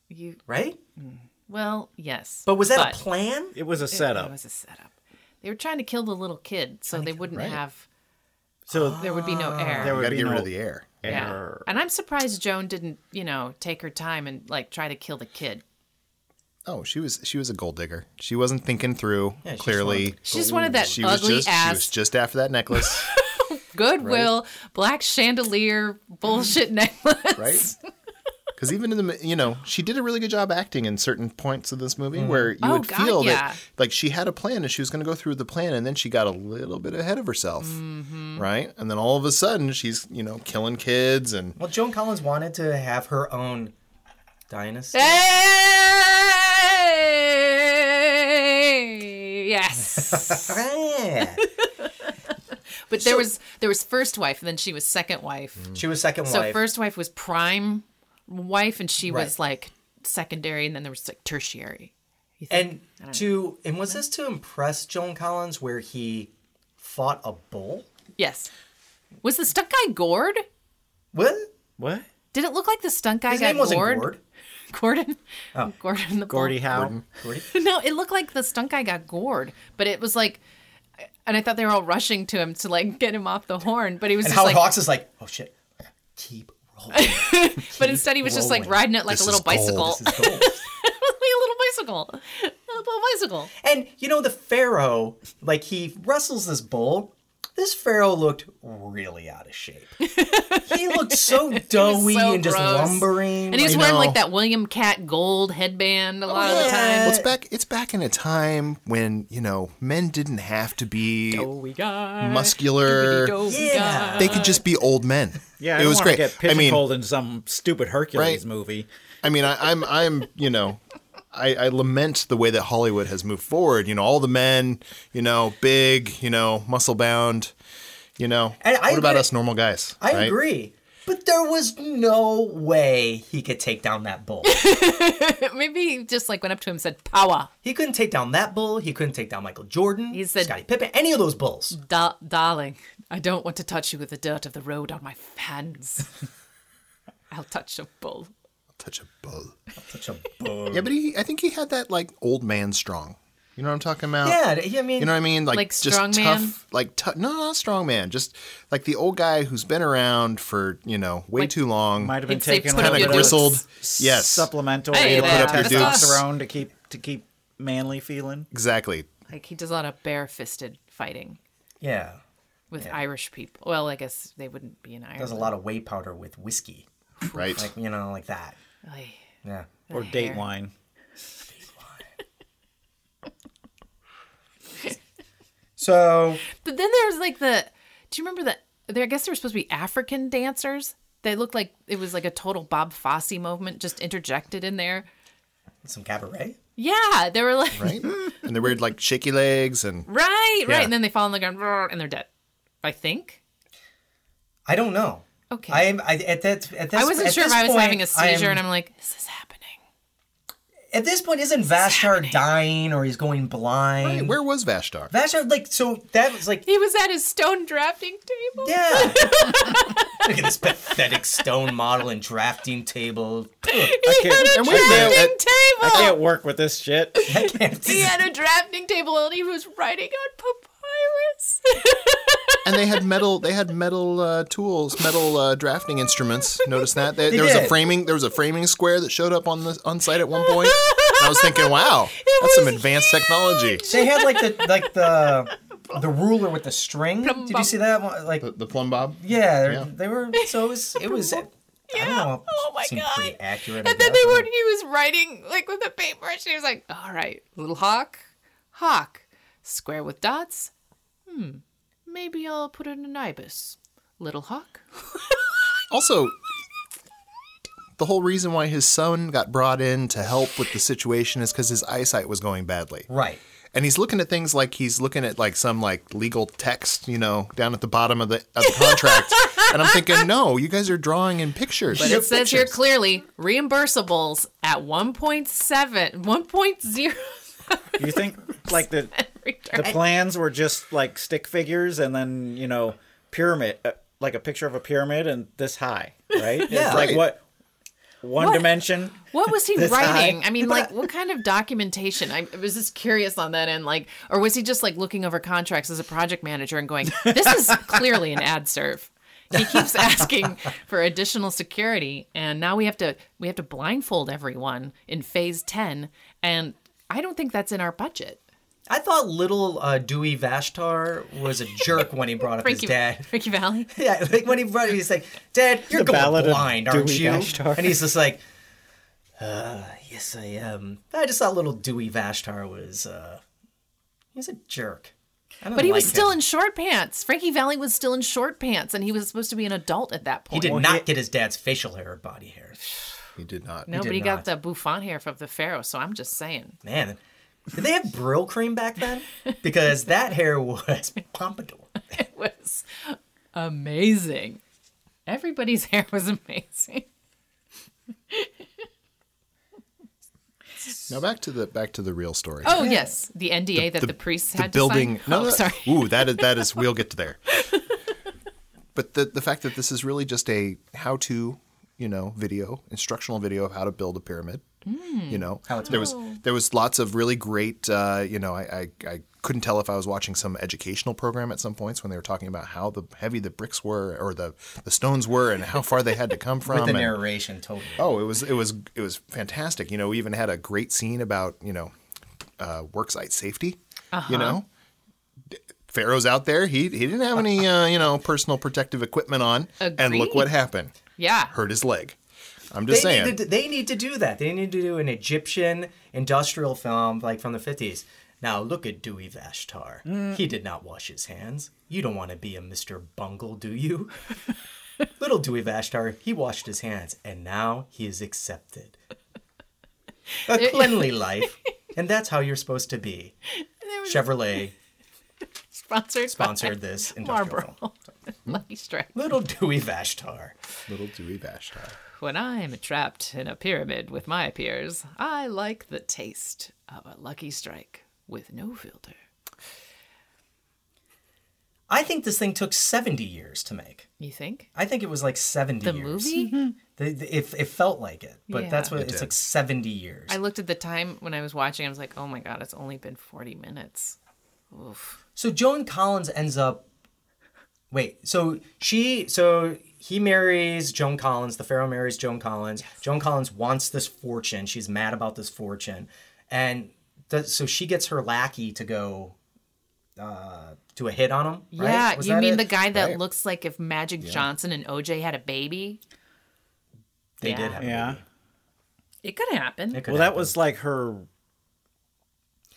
E: you,
F: Right?
E: well, yes.
F: But was that
E: But-
F: a plan?
G: It was a
E: It
G: setup.
E: was a setup. They were trying to kill the little kid so they wouldn't have,
G: so
E: Ah. there would be no heir.
G: there
H: You
G: would
H: got to
G: be
H: get
G: no
H: rid of the air.
E: Yeah.
G: error.
E: And I'm surprised Joan didn't, you know, take her time and like try to kill the kid.
H: Oh, she was she was a gold digger. She wasn't thinking through
F: Yeah, she just
H: clearly.
E: She just wanted that
H: She was
E: ugly
H: just she
E: ass
H: was just after that necklace,
E: goodwill black chandelier bullshit necklace.
H: right? Because even in the you know she did a really good job acting in certain points of this movie where you
E: Oh,
H: would
E: God,
H: feel
E: yeah.
H: that like she had a plan and she was going to go through the plan and then she got a little bit ahead of herself, right? And then all of a sudden she's you know killing kids and
F: Well, Joan Collins wanted to have her own dynasty.
E: Hey! Yes.
F: Yeah.
E: but there was there was first wife and then she was second wife.
F: she was second
E: So
F: wife.
E: first wife was prime wife and she was
F: Right.
E: like secondary and then there was like tertiary. You think?
F: And to and was this to impress Joan Collins where he fought a bull?
E: yes. Was the stunt guy Gord?
F: What?
G: What?
E: Did it look like the stunt guy
F: His
E: got
F: name wasn't
E: gored?
F: Gord. Oh.
E: Gordon. Gordon the
G: Gordy
E: Bull.
G: Howe.
E: No, it looked like the stunt guy got gored, but it was like, and I thought they were all rushing to him to like get him off the horn, but he was
F: And
E: just
F: Howard
E: like,
F: Hawks is like, oh shit, keep rolling.
E: but instead he was just like
F: rolling.
E: riding it like a
H: This
E: little
H: is gold.
E: bicycle,
F: This is gold.
E: like a little bicycle, a little bicycle.
F: and you know the Pharaoh, like he wrestles this bull. This Pharaoh looked really out of shape. he looked so doughy
E: so
F: and just
E: gross.
F: lumbering.
E: And he was
H: I
E: wearing like
H: know.
E: that William Cat gold headband a lot of the
F: yeah.
E: time.
H: Well, it's back. It's back in a time when you know men didn't have to be
E: We got
H: muscular.
F: yeah.
H: They could just be old men.
G: Yeah, I
H: it
G: don't
H: was
G: wanna
H: great.
G: Get
H: I mean,
G: pigeonholed in some stupid Hercules
H: Right.
G: movie.
H: I mean, I, I'm, I'm, you know, I, I lament the way that Hollywood has moved forward. You know, all the men, you know, big, you know, muscle bound. You know,
F: And I
H: what about
F: agree-
H: us normal guys?
F: I
H: right?
F: agree. But there was no way he could take down that bull.
H: Oh.
E: Maybe he just like went up to him and said, "Power,
F: he couldn't take down that bull. He couldn't take down Michael Jordan,
E: He said-
F: Scottie Pippen, any of those bulls.
E: da- darling. I don't want to touch you with the dirt of the road on my hands. I'll touch a bull."
H: Touch a bull.
F: Such a bull.
H: Yeah, but he, I think he had that like old man strong. You know what I'm talking about?
F: Yeah, I mean,
H: You know what I mean? Like,
E: Like
H: just
E: strong
H: tough,
E: man?
H: like tough. No, not strong man. Just like the old guy who's been around for you know way too long.
G: Might have been
E: If they
G: taken
E: put
G: with
E: up
H: kind
E: your
H: of
G: the
E: dukes.
H: gristled.
G: s-
H: Yes,
G: supplemental
E: Hey,
G: to
E: they put up your dukes.
G: testosterone to keep to keep manly feeling.
H: exactly.
E: Like he does a lot of bare-fisted fighting
F: yeah.
E: with Irish people. Well, I guess they wouldn't be in
F: There's
E: Ireland.
F: a lot of whey powder with whiskey,
H: Right.
F: like you know, like that.
E: Ay,
F: Yeah.
G: Or
E: the
G: date
E: hair.
G: wine.
F: So
E: But then there's like the. Do you remember the? There, I guess they were supposed to be African dancers. They looked like it was like a total Bob Fosse movement, just interjected in there.
F: some cabaret.
E: Yeah, they were like right,
H: Right. and they weird like shaky legs and
E: right,
H: Yeah.
E: and then they fall on the ground brrr, and they're dead. I think.
F: I don't know.
E: Okay.
F: I am I, at that at this.
E: I wasn't
F: at
E: sure if
F: this
E: I was
F: point,
E: having a seizure,
F: I am-
E: and I'm like, this is happening.
F: at this point, isn't Vashtar dying or he's going blind?
H: Hey, where was Vashtar?
F: Vashtar, like, so that was like,
E: He was at his stone drafting table.
F: yeah. Look at this pathetic stone model and drafting table.
E: He had a
G: and we live
E: drafting
G: at- I
E: table.
G: can't work with this shit.
E: He had a drafting table, and he was writing on papyrus.
H: and they had metal. They had metal uh, tools, metal uh, drafting instruments. Notice that They-
F: They
H: there was
F: did.
H: a framing. There was a framing square that showed up on the on site at one point. And I was thinking, wow, that's some
E: was
H: advanced technology.
F: They had like the like the the ruler with the string. Did you see that one? Like,
H: The, the plumb bob.
F: yeah, they're-
H: Uh, Yeah.
F: they were. So it was. It was. I don't know.
E: Oh my
F: seemed
E: God.
F: Pretty accurate. I
E: And then they
F: guess.
E: were, he was writing like with a paintbrush. He was like, all right, little hawk, hawk, square with dots. Hmm, maybe I'll put in an ibis. Little hawk.
H: Also, the whole reason why his son got brought in to help with the situation is because his eyesight was going badly.
F: Right.
H: and he's looking at things like he's looking at like some like legal text, you know, down at the bottom of the, of the contract. and I'm thinking, no, you guys are drawing in pictures.
E: But it says here clearly reimbursables at 1.7, 1.0.
G: You think like the the plans were just like stick figures and then you know pyramid uh, like a picture of a pyramid and this high, right? yeah. It's like
H: Right.
G: what one dimension.
E: What was he
G: This
E: writing?
G: high.
E: I mean, like, what kind of documentation? I I was just curious on that end, like, or was he just like looking over contracts as a project manager and going, "This is clearly an ad serve." He keeps asking for additional security, and now we have to we have to blindfold everyone in phase ten, and I don't think that's in our budget.
F: I thought little uh, Dewey Vashtar was a jerk when he brought up his
E: Ricky,
F: dad.
E: Ricky Valley.
F: Yeah, like when he brought it, he's like, "Dad, you're
G: The
F: going
G: Ballad of
F: blind, aren't
G: Dewey
F: you?"
G: Vashtar.
F: And he's just like, "Uh, yes, I am." I just thought little Dewey Vashtar was, uh, he's a jerk. I don't
E: But he
F: like
E: was still
F: him.
E: in short pants. Frankie Valley was still in short pants, and he was supposed to be an adult at that
F: He
E: point.
F: did not get his dad's facial hair or body hair.
H: he did not.
E: No,
F: did
E: but he
F: not.
E: got the bouffant hair from the Pharaoh. So I'm just saying.
F: Man, did they have Brill cream back then? Because that hair was pompadour.
E: was amazing. Everybody's hair was amazing.
H: Now back to the back to the real story.
E: Oh yes, the NDA that the, priests had to
H: building.
E: sign.
H: No,
E: oh,
H: no,
E: sorry.
H: Ooh, that is that is. We'll get to there. But the the fact that this is really just a how to, you know, video instructional video of how to build a pyramid.
E: Hmm.
H: You know, how
F: it's
H: there was
E: Oh.
H: there was lots of really great. Uh, you know, I, I I couldn't tell if I was watching some educational program at some points when they were talking about how the heavy the bricks were or the the stones were and how far they had to come from.
F: With the
H: and-
F: narration, totally.
H: Oh, it was it was it was fantastic. You know, we even had a great scene about you know, uh, worksite safety. You know, D- Pharaoh's out there. He he didn't have any uh, you know personal protective equipment on, and look what happened.
E: Yeah.
H: Hurt his leg. I'm
F: They
H: just saying.
F: Need to, they need to do that. They need to do an Egyptian industrial film like from the 50s. Now, look at Dewey
H: Mm.
F: Vashtar. He did not wash his hands. You don't want to be a Mr. Bungle, do you? Little Dewey Vashtar, he washed his hands, and now he is accepted. A cleanly life, and that's how you're supposed to be. Chevrolet
I: Sponsored. by
F: sponsored this industrial
I: Marlboro.
F: film.
I: Lucky Strike.
F: Little Dewey Vashtar.
H: Little Dewey Vashtar.
I: When I'm trapped in a pyramid with my peers, I like the taste of a Lucky Strike with no filter.
F: I think this thing took 70 years to make.
I: You think?
F: I think it was like 70
I: The
F: years.
I: movie?
F: The, the- it, it felt like it, but
I: Yeah.
F: that's what
H: It
F: it
H: did.
F: took 70 years.
I: I looked at the time when I was watching. I was like, oh my God, it's only been 40 minutes.
F: So Joan Collins ends up. Wait, so she. So he marries Joan Collins. The Pharaoh marries Joan Collins. Joan Collins wants this fortune. She's mad about this fortune. And th- so she gets her lackey to go uh, do a hit on him. Right?
I: Yeah,
F: Was
I: you
F: that
I: mean
F: it?
I: the guy that
F: Right.
I: looks like if Magic Johnson and OJ had a baby?
F: They
I: Yeah.
F: did have a
G: Yeah.
F: baby.
I: It could happen.
F: It could
G: Well, that
F: happen.
G: was like her.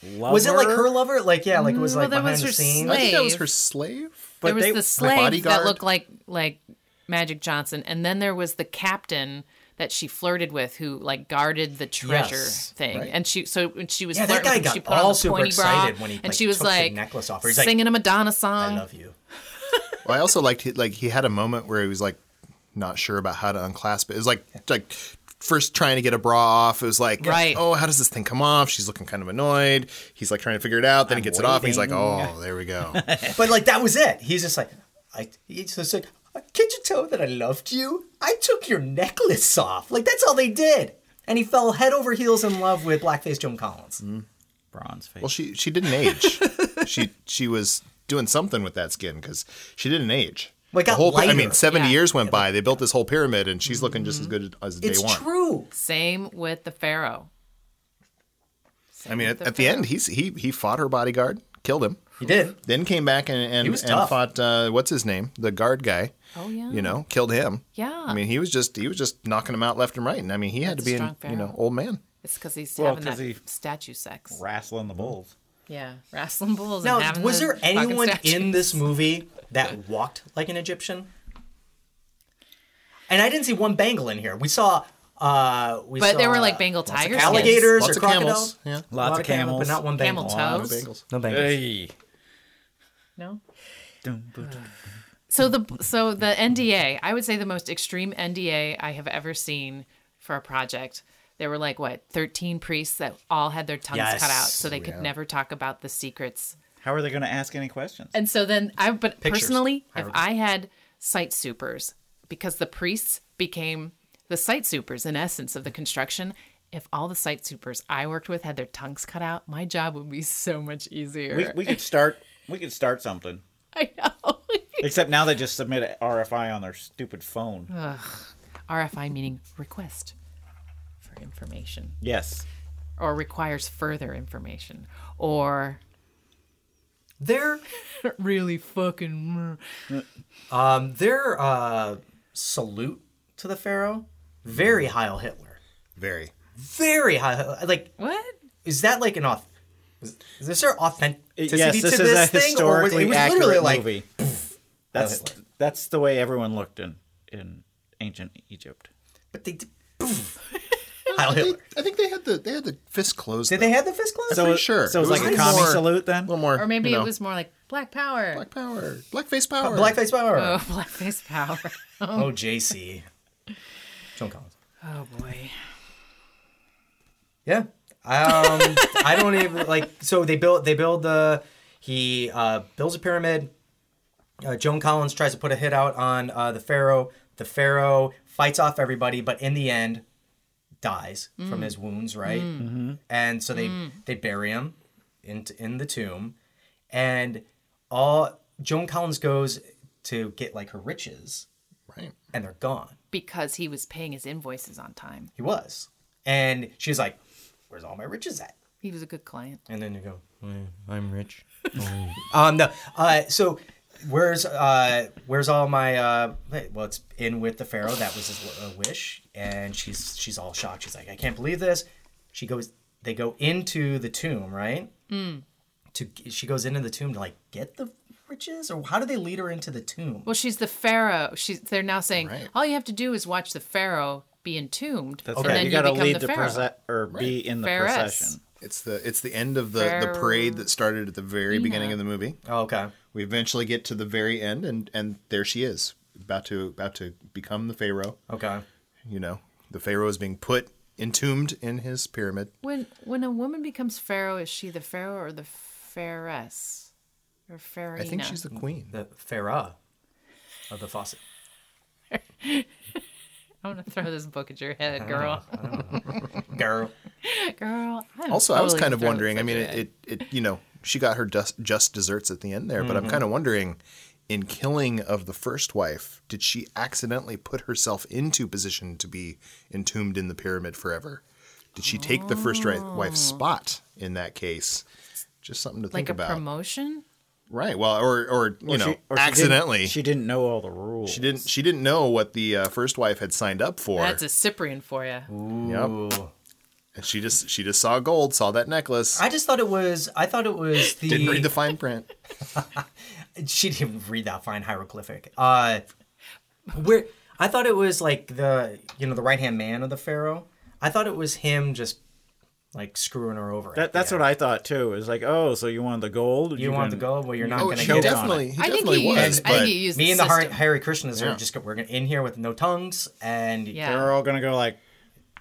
G: Lover,
F: Was it like her lover? Like, yeah, like it was
I: Mm, Well,
F: like
I: that
F: behind
I: was
F: the
I: her
F: scenes.
H: I think that was
I: Slave.
H: her slave.
G: But
I: there was
G: they-
I: the slave that
H: bodyguard?
I: looked like like Magic Johnson, and then there was the captain that she flirted with, who like guarded the treasure
F: Yes,
I: thing.
H: right.
I: And she so when she was
F: Yeah, that
I: flirting
F: guy
I: with him,
F: got
I: she put on
F: all
I: the
F: super
I: pointy bra,
F: excited when he,
I: and
F: like,
I: she was
F: took the
I: like
F: necklace off her. He's like,
I: singing a Madonna song.
F: I love you.
H: Well, I also liked he, like he had a moment where he was like not sure about how to unclasp it. It was like like first trying to get a bra off. It was like
I: Right.
H: oh how does this thing come off? She's looking kind of annoyed. He's like trying to figure it out. Then he gets it off. And he's like oh there we go.
F: But like that was it. He's just like, I. He's just like, "Uh, can't you tell that I loved you? I took your necklace off. Like that's all they did. And he fell head over heels in love with blackface Joan Collins.
H: Mm,
G: bronze face?
H: well she she didn't age. she she was doing something with that skin because she didn't age.
F: Well, it
H: the
F: got
H: whole I
F: lighter.
H: mean seventy
I: Yeah.
H: years went by. They built this whole pyramid and she's looking just as good as day
F: Mm-hmm. It's
H: one.
F: true.
I: Same with the Pharaoh.
H: I mean at, at the end he's he he fought her bodyguard, killed him.
F: He did.
H: Then came back and and,
F: He was
H: and
F: tough.
H: fought uh, what's his name, the guard guy.
I: Oh yeah,
H: you know, killed him.
I: Yeah.
H: I mean, he was just he was just knocking him out left and right, and I mean, he had
I: That's
H: to be
I: a
H: an
I: strong
H: you know
I: pharaoh.
H: old man.
I: it's because he's
G: Well,
I: having
G: 'cause
I: that
G: he-
I: statue sex.
G: Wrestling the
F: Mm.
G: bulls.
I: Yeah, wrestling bulls. and
F: Now,
I: having
F: was
I: the
F: there
I: fucking
F: anyone in
I: statues.
F: this movie that walked like an Egyptian? And I didn't see one bangle in here. We saw, uh, we
I: But
F: saw
I: there were like Bengal tigers,
F: alligators
H: Lots
F: or
H: of
F: crocodiles.
H: camels. Yeah.
F: A
G: Lots
F: lot
G: of camels.
F: but not one
I: camel
F: bangle.
I: toes.
F: No bangles.
G: Hey.
I: No.
G: Dum, bu- dum.
I: So the so the NDA, I would say the most extreme NDA I have ever seen for a project. There were like what thirteen priests that all had their tongues cut out,
F: Yes.
I: so they could never talk about the secrets.
G: How are they going to ask any questions?
I: And so then I, but
F: Pictures.
I: personally, if
F: Hieroglyphs.
I: I had site supers, because the priests became the site supers in essence of the construction. If all the site supers I worked with had their tongues cut out, my job would be so much easier.
G: We, we could start. We could start something.
I: I know.
G: Except now they just submit an RFI on their stupid phone.
I: RFI meaning request for information.
G: yes.
I: or requires further information or
F: They're
I: really fucking
F: Um, their uh, salute to the pharaoh, very Heil Hitler,
H: Very.
F: very Heil. Like,
I: what
F: is that like an auth? Is, is this their authenticity
G: yes,
F: to
G: this
F: this
G: is a
F: thing? or was,
G: historically
F: it was literally
G: accurate
F: like,
G: movie. That's that's the way everyone looked in in ancient Egypt.
F: but they did, poof, Heil Hitler.
H: I think they had the they had the fist closed.
F: Did
H: though.
F: they have the fist closed?
G: So
H: Pretty sure.
G: So it was,
H: It was
G: like a
H: a
G: commie
H: more-
G: salute
H: a
G: then.
H: little more,
I: or maybe
H: you
I: it
H: know,
I: was more like black power
H: black power, blackface power,
F: Blackface power.
I: oh blackface power
F: oh, JC. John Collins.
I: oh boy
F: Yeah. Um, I don't even like. So they build. They build the. He uh, builds a pyramid. Uh, Joan Collins tries to put a hit out on uh, the pharaoh. The pharaoh fights off everybody, but in the end, dies
I: Mm.
F: from his wounds. Right. Mm-hmm. And so they they bury him in in the tomb, and all Joan Collins goes to get like her riches,
H: Right.
F: and they're gone.
I: because he was paying his invoices on time
F: He was, and she's like, "Where's all my riches at?"
I: he was a good client
F: And then you go, I'm rich. um, no. Uh, so where's uh, where's all my uh, wait, well, it's in with the pharaoh. That was his w- uh, wish, and she's she's all shocked. She's like, I can't believe this. She goes. They go into the tomb, right? To she goes into the tomb to like get the riches, or how do they lead her into the tomb?
E: Well, she's the pharaoh. She's they're now saying
H: Right.
E: all you have to do is watch the pharaoh be entombed.
G: That's
E: and
G: right.
E: then
G: You got to
E: become
G: lead the,
E: pharaoh.
G: procession or be in the
E: Pharaohs.
G: procession.
H: It's the it's the end of the, the parade that started at the very beginning of the movie.
F: Oh, okay.
H: We eventually get to the very end, and and there she is, about to about to become the pharaoh.
F: Okay.
H: You know, the pharaoh is being put entombed in his pyramid.
E: When when a woman becomes pharaoh, is she the pharaoh or the pharaohess or pharaoh?
H: I think she's
G: Mm.
H: the queen.
F: The Pharaoh of the faucet.
E: I want to throw this book at your head, girl.
F: Girl.
E: girl. I'm
H: Also, I was
E: totally
H: kind of
E: gonna throw
H: wondering.
E: this
H: I
E: at
H: mean,
E: your
H: it,
E: head.
H: it it you know she got her just, just desserts at the end there, but
G: Mm-hmm.
H: I'm kind of wondering, in killing of the first wife, did she accidentally put herself into position to be entombed in the pyramid forever? Did she take the first ri- wife's spot in that case? Just something to
E: Oh. like
H: think
E: a
H: about,
E: promotion.
H: right? Well, or or you
G: Or she-
H: know,
G: or she didn't-
H: accidentally.
G: She didn't, know all the rules.
H: She didn't. She didn't know what the uh, first wife had signed up for.
E: That's a Cyprian for you.
H: Yep. And she just. She just saw gold. Saw that necklace.
F: I just thought it was. I thought it was the.
H: didn't read the fine print.
F: she didn't read that fine hieroglyphic. Uh, where I thought it was like the you know the right hand man of the pharaoh. I thought it was him just like screwing her over.
G: That, that's what I thought too. It was like, oh, so you want the gold?
F: you, want the gold? Well, you're not
H: Oh,
F: gonna
H: he
F: get it.
H: definitely. He
E: I think
H: definitely
E: he
H: was.
E: used.
H: but
E: I think he used.
F: Me
E: the
F: and the Har-
E: system.
F: Harry Krishnas
H: Yeah.
F: are just we're gonna- in here with no tongues and
E: Yeah.
G: They're all gonna go like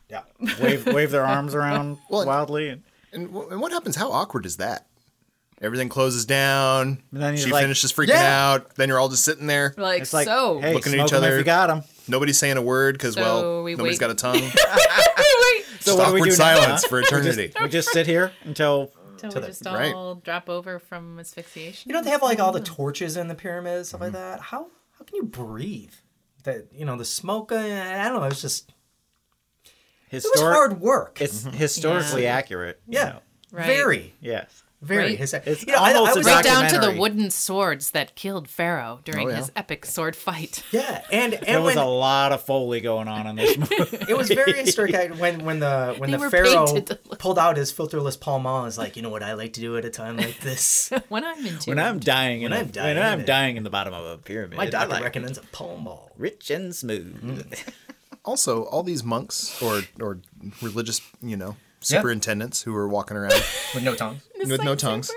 F: yeah.
G: wave wave their arms around wildly. And
H: And, wh- and what happens? How awkward is that? Everything closes down.
G: And then he's
H: she
G: like,
H: finishes freaking
F: "Yeah."
H: out. Then you're all just sitting there.
E: Like,
G: it's like,
E: so.
G: hey,
H: Looking at
G: smoke
H: each
G: 'em
H: other.
G: if you got them.
H: Nobody's saying a word because
E: So
H: well,
E: we wait.
H: nobody's got a tongue.
E: Wait.
G: So
H: Just
G: what do we
H: awkward
G: do
H: silence
G: now?
H: for eternity.
G: We just sit here until
E: Till we just
H: right.
E: all drop over from asphyxiation.
F: You know they have like all the torches in the pyramids stuff like that. How how can you breathe? That you know the smoke. uh, I don't know. It's just it was
G: historic.
F: hard work.
G: It's
H: Mm-hmm.
G: historically accurate. you
F: yeah,
G: know.
E: Right.
F: very.
G: Yes.
F: Very
E: Right.
F: his-
G: It's
F: you know, I- I
G: almost
F: was-
G: a
E: Right down to the
G: documentary.
E: wooden swords that killed Pharaoh during
H: Oh, yeah.
E: his epic sword fight.
F: Yeah, and and
G: There was
F: when,
G: a lot of foley going on in this movie.
F: it was very historic I- when when the when
E: They
F: the
E: were
F: pharaoh
E: painted to look-
F: pulled out his filterless Pall Mall and was like, you know what I like to do at a time like this.
E: when I'm into
G: when I'm dying, in
F: When
G: a-
F: I'm dying
G: when I'm
F: in-
G: dying in the bottom of a pyramid,
F: My doctor
G: I like
F: recommends a Pall Mall.
G: rich and smooth.
F: Mm-hmm.
H: also, all these monks or or religious, you know, superintendents who were walking around
F: With no tongue.
H: with no tongues.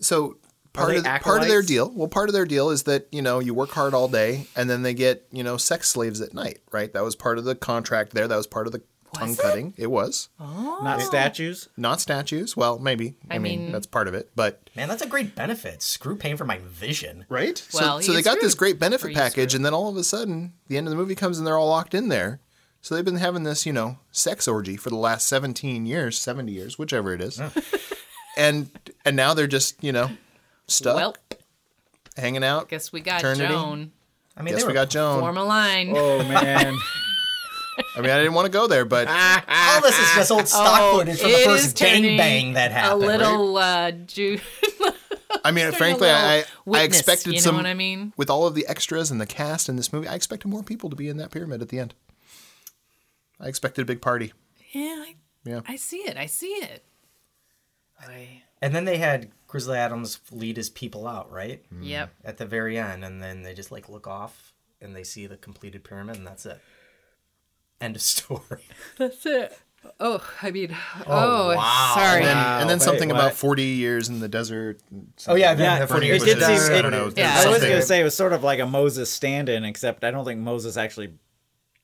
H: So part
G: they
H: of part of their
G: acolytes?
H: deal. Well, part of their deal is that you know you work hard all day, and then they get you know sex slaves at night. Right. That was part of the contract there. That was part of the tongue cutting. It was
G: Not
F: Oh.
G: statues.
H: not statues. Well, maybe. I, mean,
E: mean-
H: that's part of it, but.
F: Man, that's a great benefit. Screw paying for my vision.
H: Right?
E: Well,
H: so so
E: you
H: they
E: get
H: got this
E: screwed.
H: great
E: Or
H: benefit
E: you
H: package,
E: screwed.
H: and then all of a sudden, the end of the movie comes and they're all locked in there. So they've been having this, you know, sex orgy for the last 17 years, 70 years, whichever it is. and and now they're just, you know, stuck
E: Well,
H: hanging out.
E: guess we got
H: Eternity.
E: Joan.
F: I mean,
H: Guess
F: they
H: we
F: were,
H: got Joan.
E: Form a line.
G: Oh man.
H: I mean, I didn't want to go there, but
E: Ah,
F: all this is just old stock footage from the
E: Oh, it is
F: first
E: turning
F: bang bang that
E: a
F: happened.
E: little uh, Jew.
H: I mean, frankly,
E: little
H: I, I
E: witness,
H: expected
E: you know
H: some.
E: what I mean?
H: With all of the extras and the cast in this movie, I expected more people to be in that pyramid at the end. I expected a big party.
E: yeah, I,
H: Yeah.
E: I see it. I see it. I,
F: And then they had Grizzly Adams lead his people out, right?
H: Mm.
E: Yep.
F: At the very end, and then they just like look off and they see the completed pyramid, and that's it. End of story.
E: That's it. Oh, I mean, oh,
F: wow.
E: sorry.
H: And, and then
G: wait,
H: something
G: what?
H: about 40 years in the desert. and
F: Oh yeah,
G: Yeah,
F: then the
G: it
F: forty
H: burning
F: years
G: did
H: bushes.
G: seem-
F: later.
H: I don't know.
E: Yeah.
G: I was
H: something.
G: gonna say it was sort of like a Moses stand-in, except I don't think Moses actually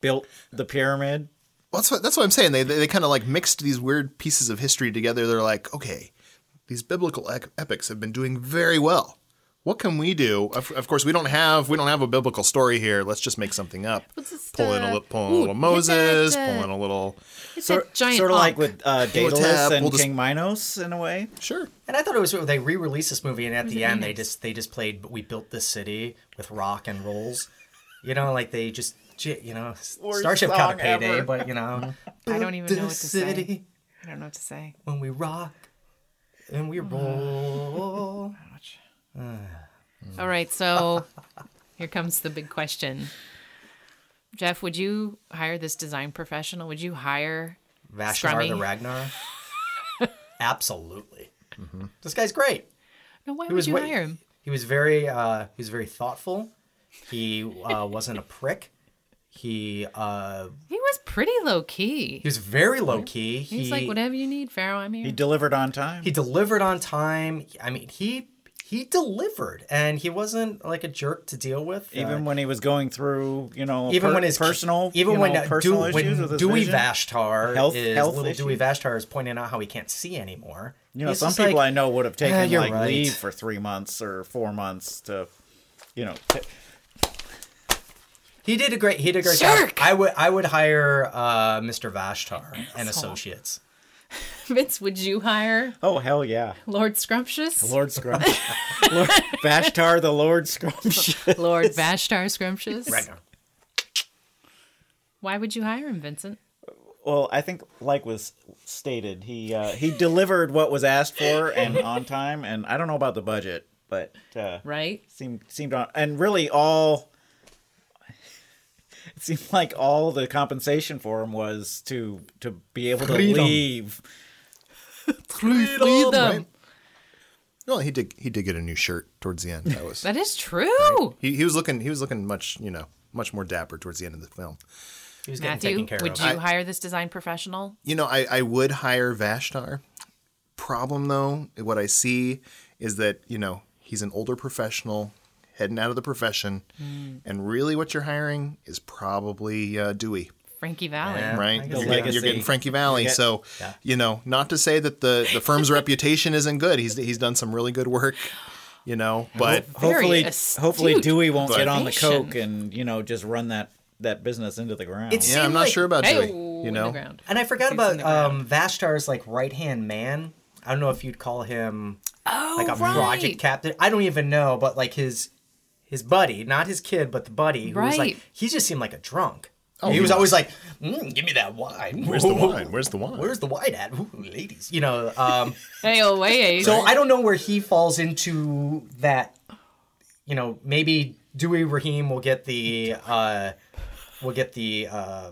G: built the pyramid.
H: Well, that's what that's what I'm saying. They they, they kind of like mixed these weird pieces of history together. They're like, okay, these biblical ec- epics have been doing very well. What can we do? Of, of course, we don't have we don't have a biblical story here. Let's just make something up.
E: Let's just,
H: pull in a
E: uh,
H: little, pull in
E: ooh,
H: a little
E: hit
H: Moses.
E: that, uh,
H: pull in a little.
E: It's
G: Sort,
E: that giant
G: sort of like
E: onk.
G: with uh,
H: Pull a
G: Daedalus
H: tab,
G: and
H: we'll just-
G: King Minos in a way.
H: Sure.
F: And I thought it was they re-released this movie, and at the end they just they just played "We Built This City" with rock and rolls. You know, like they just j- you know s-
G: Worst
F: Starship got a
G: song ever.
F: payday, but you know,
E: I don't even know what to say.
F: city
E: I don't know what to say.
F: when we rock and we roll.
E: All right, so here comes the big question. Jeff, would you hire this design professional? Would you hire?
F: Vashnar the
E: Scrummy.
F: Ragnar. Absolutely, this guy's great.
E: No, why would
F: was
E: you
F: way-
E: hire him?
F: He He was very uh, he was very thoughtful. He uh, wasn't a prick. He uh,
E: He was pretty low key.
F: he was very low key.
E: He's
F: he,
E: like, whatever you need, Pharaoh, I'm here.
G: He delivered on time.
F: Mm-hmm. he delivered on time. I mean, he he delivered, and he wasn't like a jerk to deal with. uh,
G: even when he was going through, you know,
F: even
G: per-
F: when his
G: personal,
F: even
G: you
F: when
G: know,
F: uh,
G: personal
F: Dew-
G: issues
F: when
G: with his
F: Dewey
G: vision.
F: Vashtar
G: Health-
F: is
G: health
F: little Dewey
G: issues.
F: Vashtar is pointing out how he can't see anymore.
G: You know,
F: He's
G: some
F: just
G: people
F: like,
G: I know would have
F: "Ah,
G: taken
F: you're
G: like
F: right."
G: leave for three months or four months to, you know, t-
F: He did a great. He did a great job.
E: Jerk!
F: I would. I would hire uh, Mr. Vashtar and associates.
E: Vince, would you hire
G: oh hell yeah,
E: Lord Scrumptious?
G: Lord Scrum, Lord Vashtar the Lord Scrum.
E: Lord Vashtar Scrumptious?
F: Right now.
E: Why would you hire him, Vincent?
G: well, I think like was stated, he uh, he delivered what was asked for and on time, and I don't know about the budget, but uh,
E: Right?
G: seemed seemed on and really all it seemed like all the compensation for him was to to be able to
F: Freedom.
G: leave
E: Freedom.
H: Well, he did. He did get a new shirt towards the end. That was
E: That is true.
H: he, he was looking. He was looking much. You know, much more dapper towards the end of the film.
F: He was getting
E: Matthew,
F: taken care
E: would
F: of.
E: you hire this design professional?
H: You know, I, I would hire Vashtar. Problem though, what I see is that you know he's an older professional heading out of the profession,
E: Hmm.
H: and really what you're hiring is probably uh, Dewey.
E: Frankie Valley.
F: Yeah.
H: right?
F: I
H: You're
F: guess
H: getting,
G: legacy.
H: you're getting Frankie Valley.
G: get-
H: so, you know, not to say that the, the firm's reputation isn't good. He's he's done some really good work, you know, but
E: Very
G: hopefully
E: astute
G: hopefully Dewey won't get on the
E: observation.
G: coke and you know just run that that business into the ground.
F: It's-
H: yeah, I'm
F: seemed
H: not
F: like-
H: sure about
E: Hey,
H: Dewey, you
E: in
H: know.
E: the ground.
F: And I forgot
E: He's in
F: about
E: the ground.
F: um, Vashtar's like right hand man. I don't know if you'd call him
E: Oh,
F: like a
E: right.
F: project captain. I don't even know, but like his his buddy, not his kid, but the buddy who was like
E: Right. Oh,
F: he just seemed like a drunk. he, was, always like, mm, "Give me that wine.
H: Where's the wine? Where's the wine?
F: Where's the wine at, Ooh, ladies?" You know. Um,
E: Hey, oh, wait.
F: so I don't know where he falls into that. You know, maybe Dewey Rahim will get the uh, will get the uh,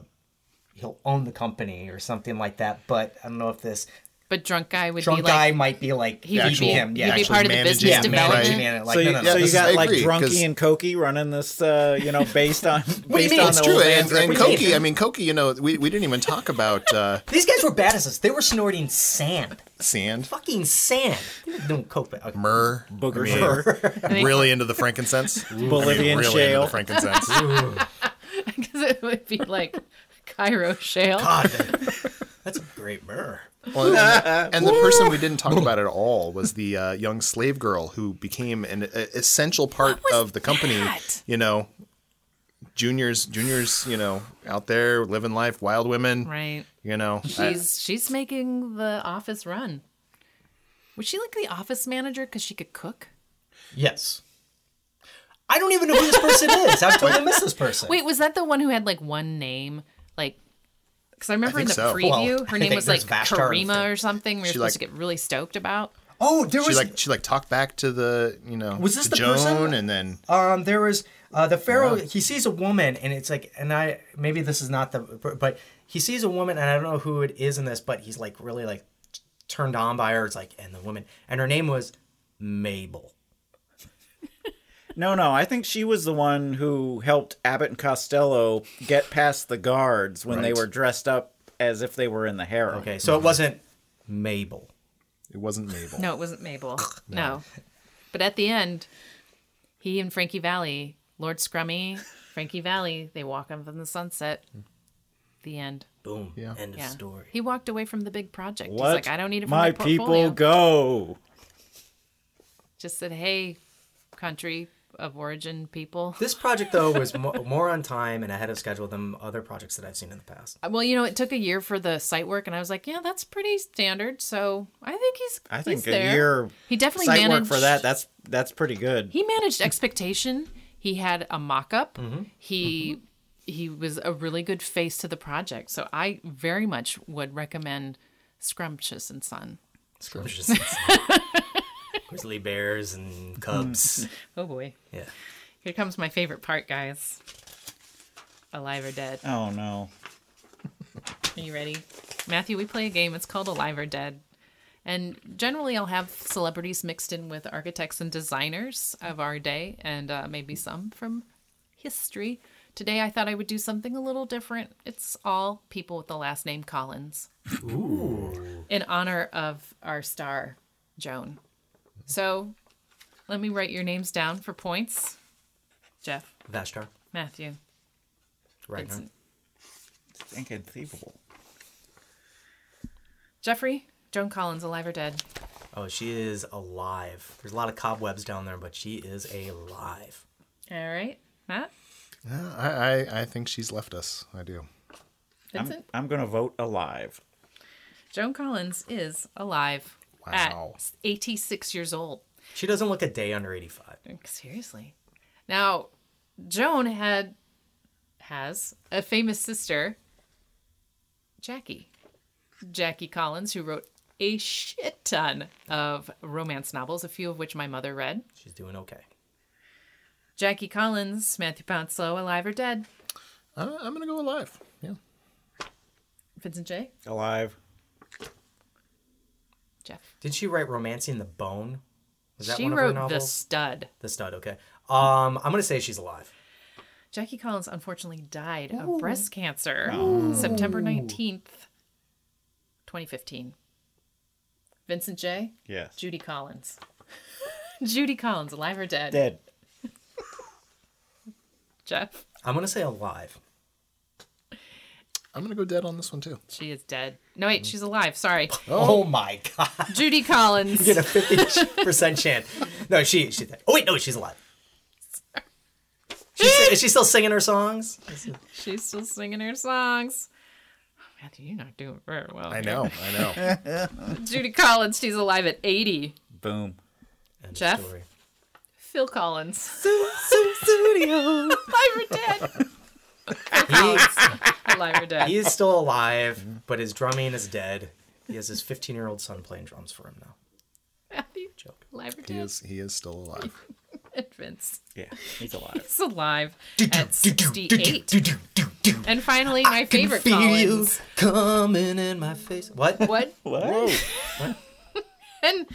F: he'll own the company or something like that. But I don't know if this
E: but drunk guy would
F: drunk
E: be like,
F: guy might be like
E: he would
H: actual-
E: be,
F: him. Yeah,
E: he'd be
H: actually
E: part of the
H: managing
E: business
H: it,
F: man,
H: right.
E: development.
F: man, like,
G: so
F: no,
G: you,
F: no,
G: so
F: no,
G: you
F: this is-
G: got
H: I
G: like
H: agree,
G: drunky
H: 'cause-
G: and cokey running this uh, you know based on based
F: mean?
G: on
F: It's
G: the
H: True,
G: old
H: and,
G: man's
H: and
G: reputation.
H: Koki. I mean, Koki. You know, we, we didn't even talk about uh,
F: These guys were bad as us. They were snorting sand,
H: sand,
F: fucking sand. No coke. but- Okay.
H: myrrh,
G: Booger
H: I mean,
G: sugar.
H: really into the frankincense,
G: Bolivian
H: really into
G: shale.
H: the frankincense.
E: Because it would be like Cairo shale.
F: God, that- Ah, that's a great myrrh.
H: Well, and, the, and the person we didn't talk about at all was the uh, young slave girl who became an uh, essential part of the company.
E: that?
H: You know, juniors, juniors, you know, out there living life, wild women.
E: Right.
H: You know, Uh, I-
E: She's she's making the office run. Was she like the office manager because she could cook?
F: Yes. I don't even know who this person is. I've totally missed this person.
E: Wait, was that the one who had like one name? Like, because I remember in the
H: think so.
E: preview,
F: Well,
E: her
F: I
E: name
F: think
E: was like
F: there's Vashtar and
E: Karima
F: stuff.
E: or something. We were
H: She,
E: supposed
H: like-
E: to get really stoked about.
F: Oh, there
H: she
F: was
H: like she like talked back to the you know
F: Was this
H: to
F: the
H: Joan
F: person?
H: and then
F: um there was uh the pharaoh he sees a woman and it's like and I maybe this is not the but he sees a woman and I don't know who it is in this but he's like really like t- turned on by her. It's like and the woman and her name was Mabel.
G: No, no. I think she was the one who helped Abbott and Costello get past the guards when they
H: Right.
G: were dressed up as if they were in the harem.
F: Okay, so it wasn't Mabel.
H: it wasn't Mabel.
E: No, it wasn't Mabel. no. But at the end, he and Frankie Valley, Lord Scrummy, Frankie Valley, they walk off in the sunset. The end.
F: Boom. End of
E: Yeah.
F: story.
E: He walwalked away from the big project.
G: What?
E: He's like, I don't need it for my,
G: my, people
E: portfolio."
G: go.
E: Just said, hey, country of origin people.
F: This project though was mo- more on time and ahead of schedule than other projects that I've seen in the past.
E: Well, you know, it took a year for the site work, and I was like, yeah, that's pretty standard. So I think he's.
G: I
E: he's
G: think a
E: there.
G: year
E: He definitely
G: site
E: managed
G: work for that. That's that's pretty good.
E: he managed expectation he had a mock-up
G: Mm-hmm.
E: he he was a really good face to the project so i very much would recommend scrumptious and son
F: Scrumptious. Grizzly bears and cubs.
E: oh boy
F: yeah.
E: here comes my favorite part guys alive or dead
G: Oh no.
E: are you ready matthew we play a game it's called alive or dead And generally, I'll have celebrities mixed in with architects and designers of our day, and uh, maybe some from history. Today, I thought I would do something a little different. It's all people with the last name Collins. Ooh. In honor of our star, Joan. So let me write your names down for points. Jeff,
F: Vashtar.
E: Matthew,
F: Right.
E: Vincent,
G: think Inconceivable.
E: Jeffrey, Joan Collins, alive or dead.
F: Oh, she is alive. There's a lot of cobwebs down there, but she is alive.
E: All right. Matt,
H: Yeah, I, I, I think she's left us. I do.
E: Vincent,
G: I'm gonna vote alive.
E: Joan Collins is alive
H: Wow.
E: at 86 years old.
F: She doesn't look a day under 85.
E: Seriously. Now, Joan had has a famous sister, Jackie. Jackie Collins, who wrote a shit ton of romance novels, a few of which my mother read.
F: She's doing okay.
E: Jackie Collins, Matthew Pounslow, alive or dead.
H: Uh, I'm gonna go alive. Yeah.
E: Vincent J.
G: Alive.
E: Jeff.
F: Did she write Romancing the Bone? Was that
E: She
F: one of her
E: wrote The
F: novels?
E: Stud.
F: The Stud, okay. Um, I'm going to say she's alive.
E: Jackie Collins unfortunately died of breast cancer September 19th, 2015. Vincent J.
G: Yes.
E: Judy Collins. Judy Collins, alive or dead?
G: Dead.
E: Jeff,
F: I'm going to say alive.
H: I'm gonna go dead on this one too.
E: she is dead. No, wait, she's alive. Sorry.
F: Oh, my God.
E: Judy Collins.
F: Get a 50% chance. No, she, she, oh, wait, no, she's alive. She's, is she still singing her songs?
E: She's still singing her songs. Oh, Matthew, you're not doing very well.
H: I know. I know.
E: Judy Collins, she's alive at 80.
G: Boom.
F: End of
E: Jeff?
F: story.
E: Phil Collins,
F: Studio.
E: alive or dead? Phil Collins, alive or dead?
F: He is still alive, but his drumming is dead. He has his 15 year old son playing drums for him now.
E: Matthew,
F: Joke.
E: alive or
H: he
E: dead?
H: is. He is still alive.
E: And Vince.
G: Yeah, he's alive.
E: It's alive at 68. And finally, my favorite
F: Feel
E: Collins.
F: coming in my face. What?
E: What?
G: Whoa.
E: And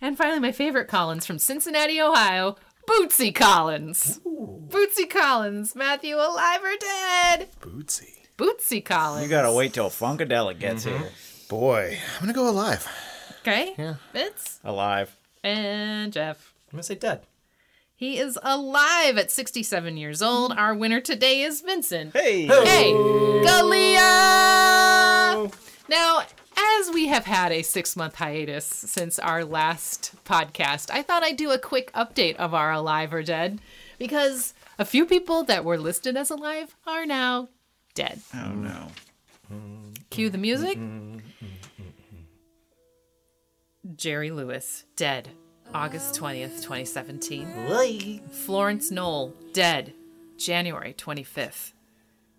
E: and finally, my favorite Collins from Cincinnati, Ohio, Bootsy Collins. Bootsy Collins, Matthew, alive or dead?
H: Bootsy.
E: Bootsy Collins.
G: You gotta wait till Funkadelic gets here.
H: Boy, I'm gonna go alive.
E: Okay. Vince
G: Alive.
E: and Jeff.
F: I'm gonna say dead.
E: He is alive at 67 years old. Our winner today is Vincent.
G: Hey.
E: Hey, Galia! Now, as we have had a six month hiatus since our last podcast, I thought I'd do a quick update of our alive or dead because a few people that were listed as alive are now dead.
G: Oh no.
E: Cue the music. Jerry Lewis, dead. August 20th, 2017. Florence Knoll, dead. January 25th,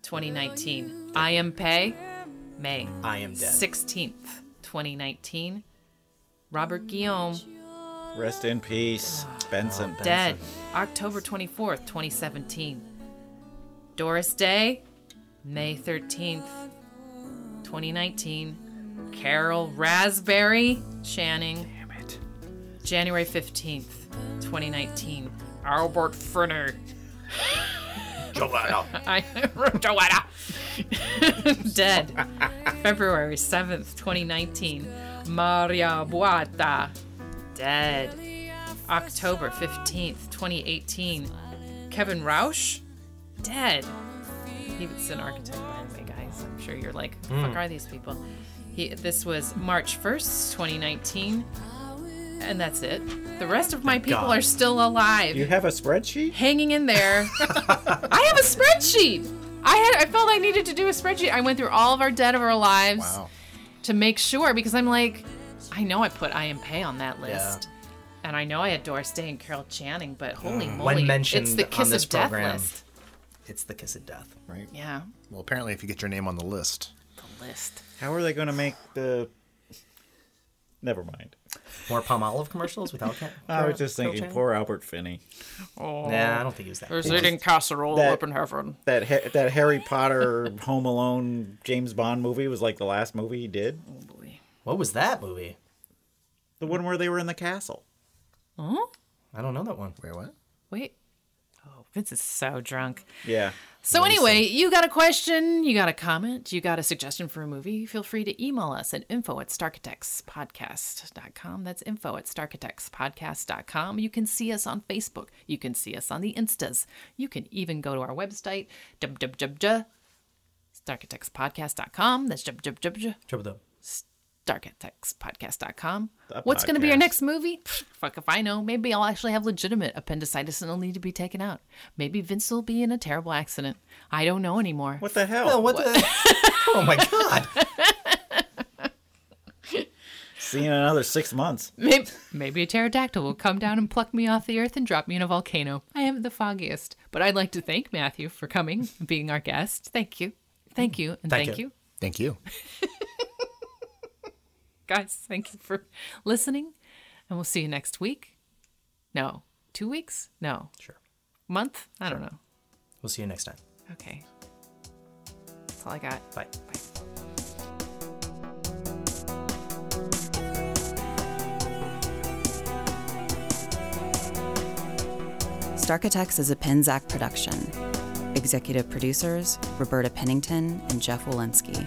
E: 2019. I am Pei, May
F: I am dead.
E: 16th, 2019. Robert Guillaume,
G: Rest in peace, Benson.
E: dead. October 24th, 2017. Doris Day, May 13th, 2019. Carol Raspberry, Channing. Damn it. January 15th, 2019. Albert Frenner. I Joanna. Dead. February 7th, 2019. Maria Buata. Dead. October 15th, 2018. Kevin Rausch. Dead. He was an architect, by the way, guys. I'm sure you're like, who the fuck are these people? He, this was March 1st, 2019. And that's it. The rest of my people
F: God.
E: are still alive
G: You have a spreadsheet?
E: hanging in there. I have a spreadsheet. I had I felt I needed to do a spreadsheet. I went through all of our dead of our lives
H: Wow.
E: to make sure because I'm like, I know I put I am pay on that list. And I know I had Doris Day and Carol Channing, but holy moly,
F: Mm. mentioned
E: it's the
F: on
E: kiss
F: this
E: of death
F: program.
E: list.
F: It's the kiss of death.
H: Right.
E: Yeah,
H: Well, apparently, if you get your name on the list,
E: the list.
G: How are they gonna make the? Never mind.
F: More palm olive commercials without that?
G: I was just thinking, poor Albert Finney.
H: Oh.
F: Nah, I don't think he was that.
I: There's eating casserole
G: That-
I: up in heaven.
G: That ha- that Harry Potter Home Alone James Bond movie was like the last movie he did.
F: What was that movie?
G: The one where they were in the castle.
F: I don't know that one.
H: Wait, what?
E: Wait. Oh, Vince is so drunk.
G: Yeah.
E: So anyway, you got a question, you got a comment, you got a suggestion for a movie, feel free to email us at info at starkitectspodcast.com. That's info at starkitectspodcast.com. You can see us on Facebook. You can see us on the Instas. You can even go to our website, starkitectspodcast.com. That's
F: Triple Dub.
E: starkitectspodcast.com. What's going to be our
G: podcast.
E: next movie? Pfft, Fuck if I know. Maybe I'll actually have legitimate appendicitis and it'll need to be taken out. Maybe Vince will be in a terrible accident. I don't know anymore.
G: What the hell?
F: Oh, what, the? oh my god!
G: See you in another six months.
E: Maybe, maybe a pterodactyl will come down and pluck me off the earth and drop me in a volcano. I haven't the foggiest, but I'd like to thank Matthew for coming and being our guest. Thank you. Thank you. And
F: Thank
E: thank
F: you.
E: you.
H: Thank you.
E: Guys, thank you for listening. And we'll see you next week. No, two weeks? No.
F: Sure.
E: Month? I don't know.
F: We'll see you next time.
E: Okay. That's all I got.
F: Bye.
D: Starkitex is a Penzac production. Executive producers Roberta Pennington and Jeff Walensky.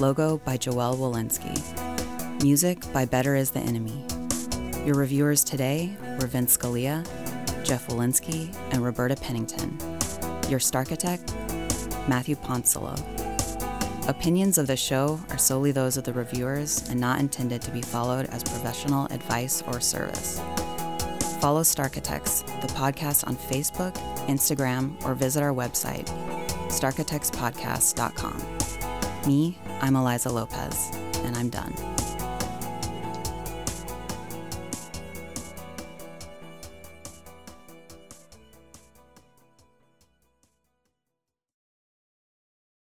D: Logo by Joel Walensky. Music by Better Is the Enemy. Your reviewers today were Vince Scalia, Jeff Walensky, and Roberta Pennington. Your Starkitect, Matthew Ponsolo. Opinions of the show are solely those of the reviewers and not intended to be followed as professional advice or service. Follow Starkitects, the podcast on Facebook, Instagram, or visit our website, starkitectspodcast.com. Me, I'm Eliza Lopez, and I'm done.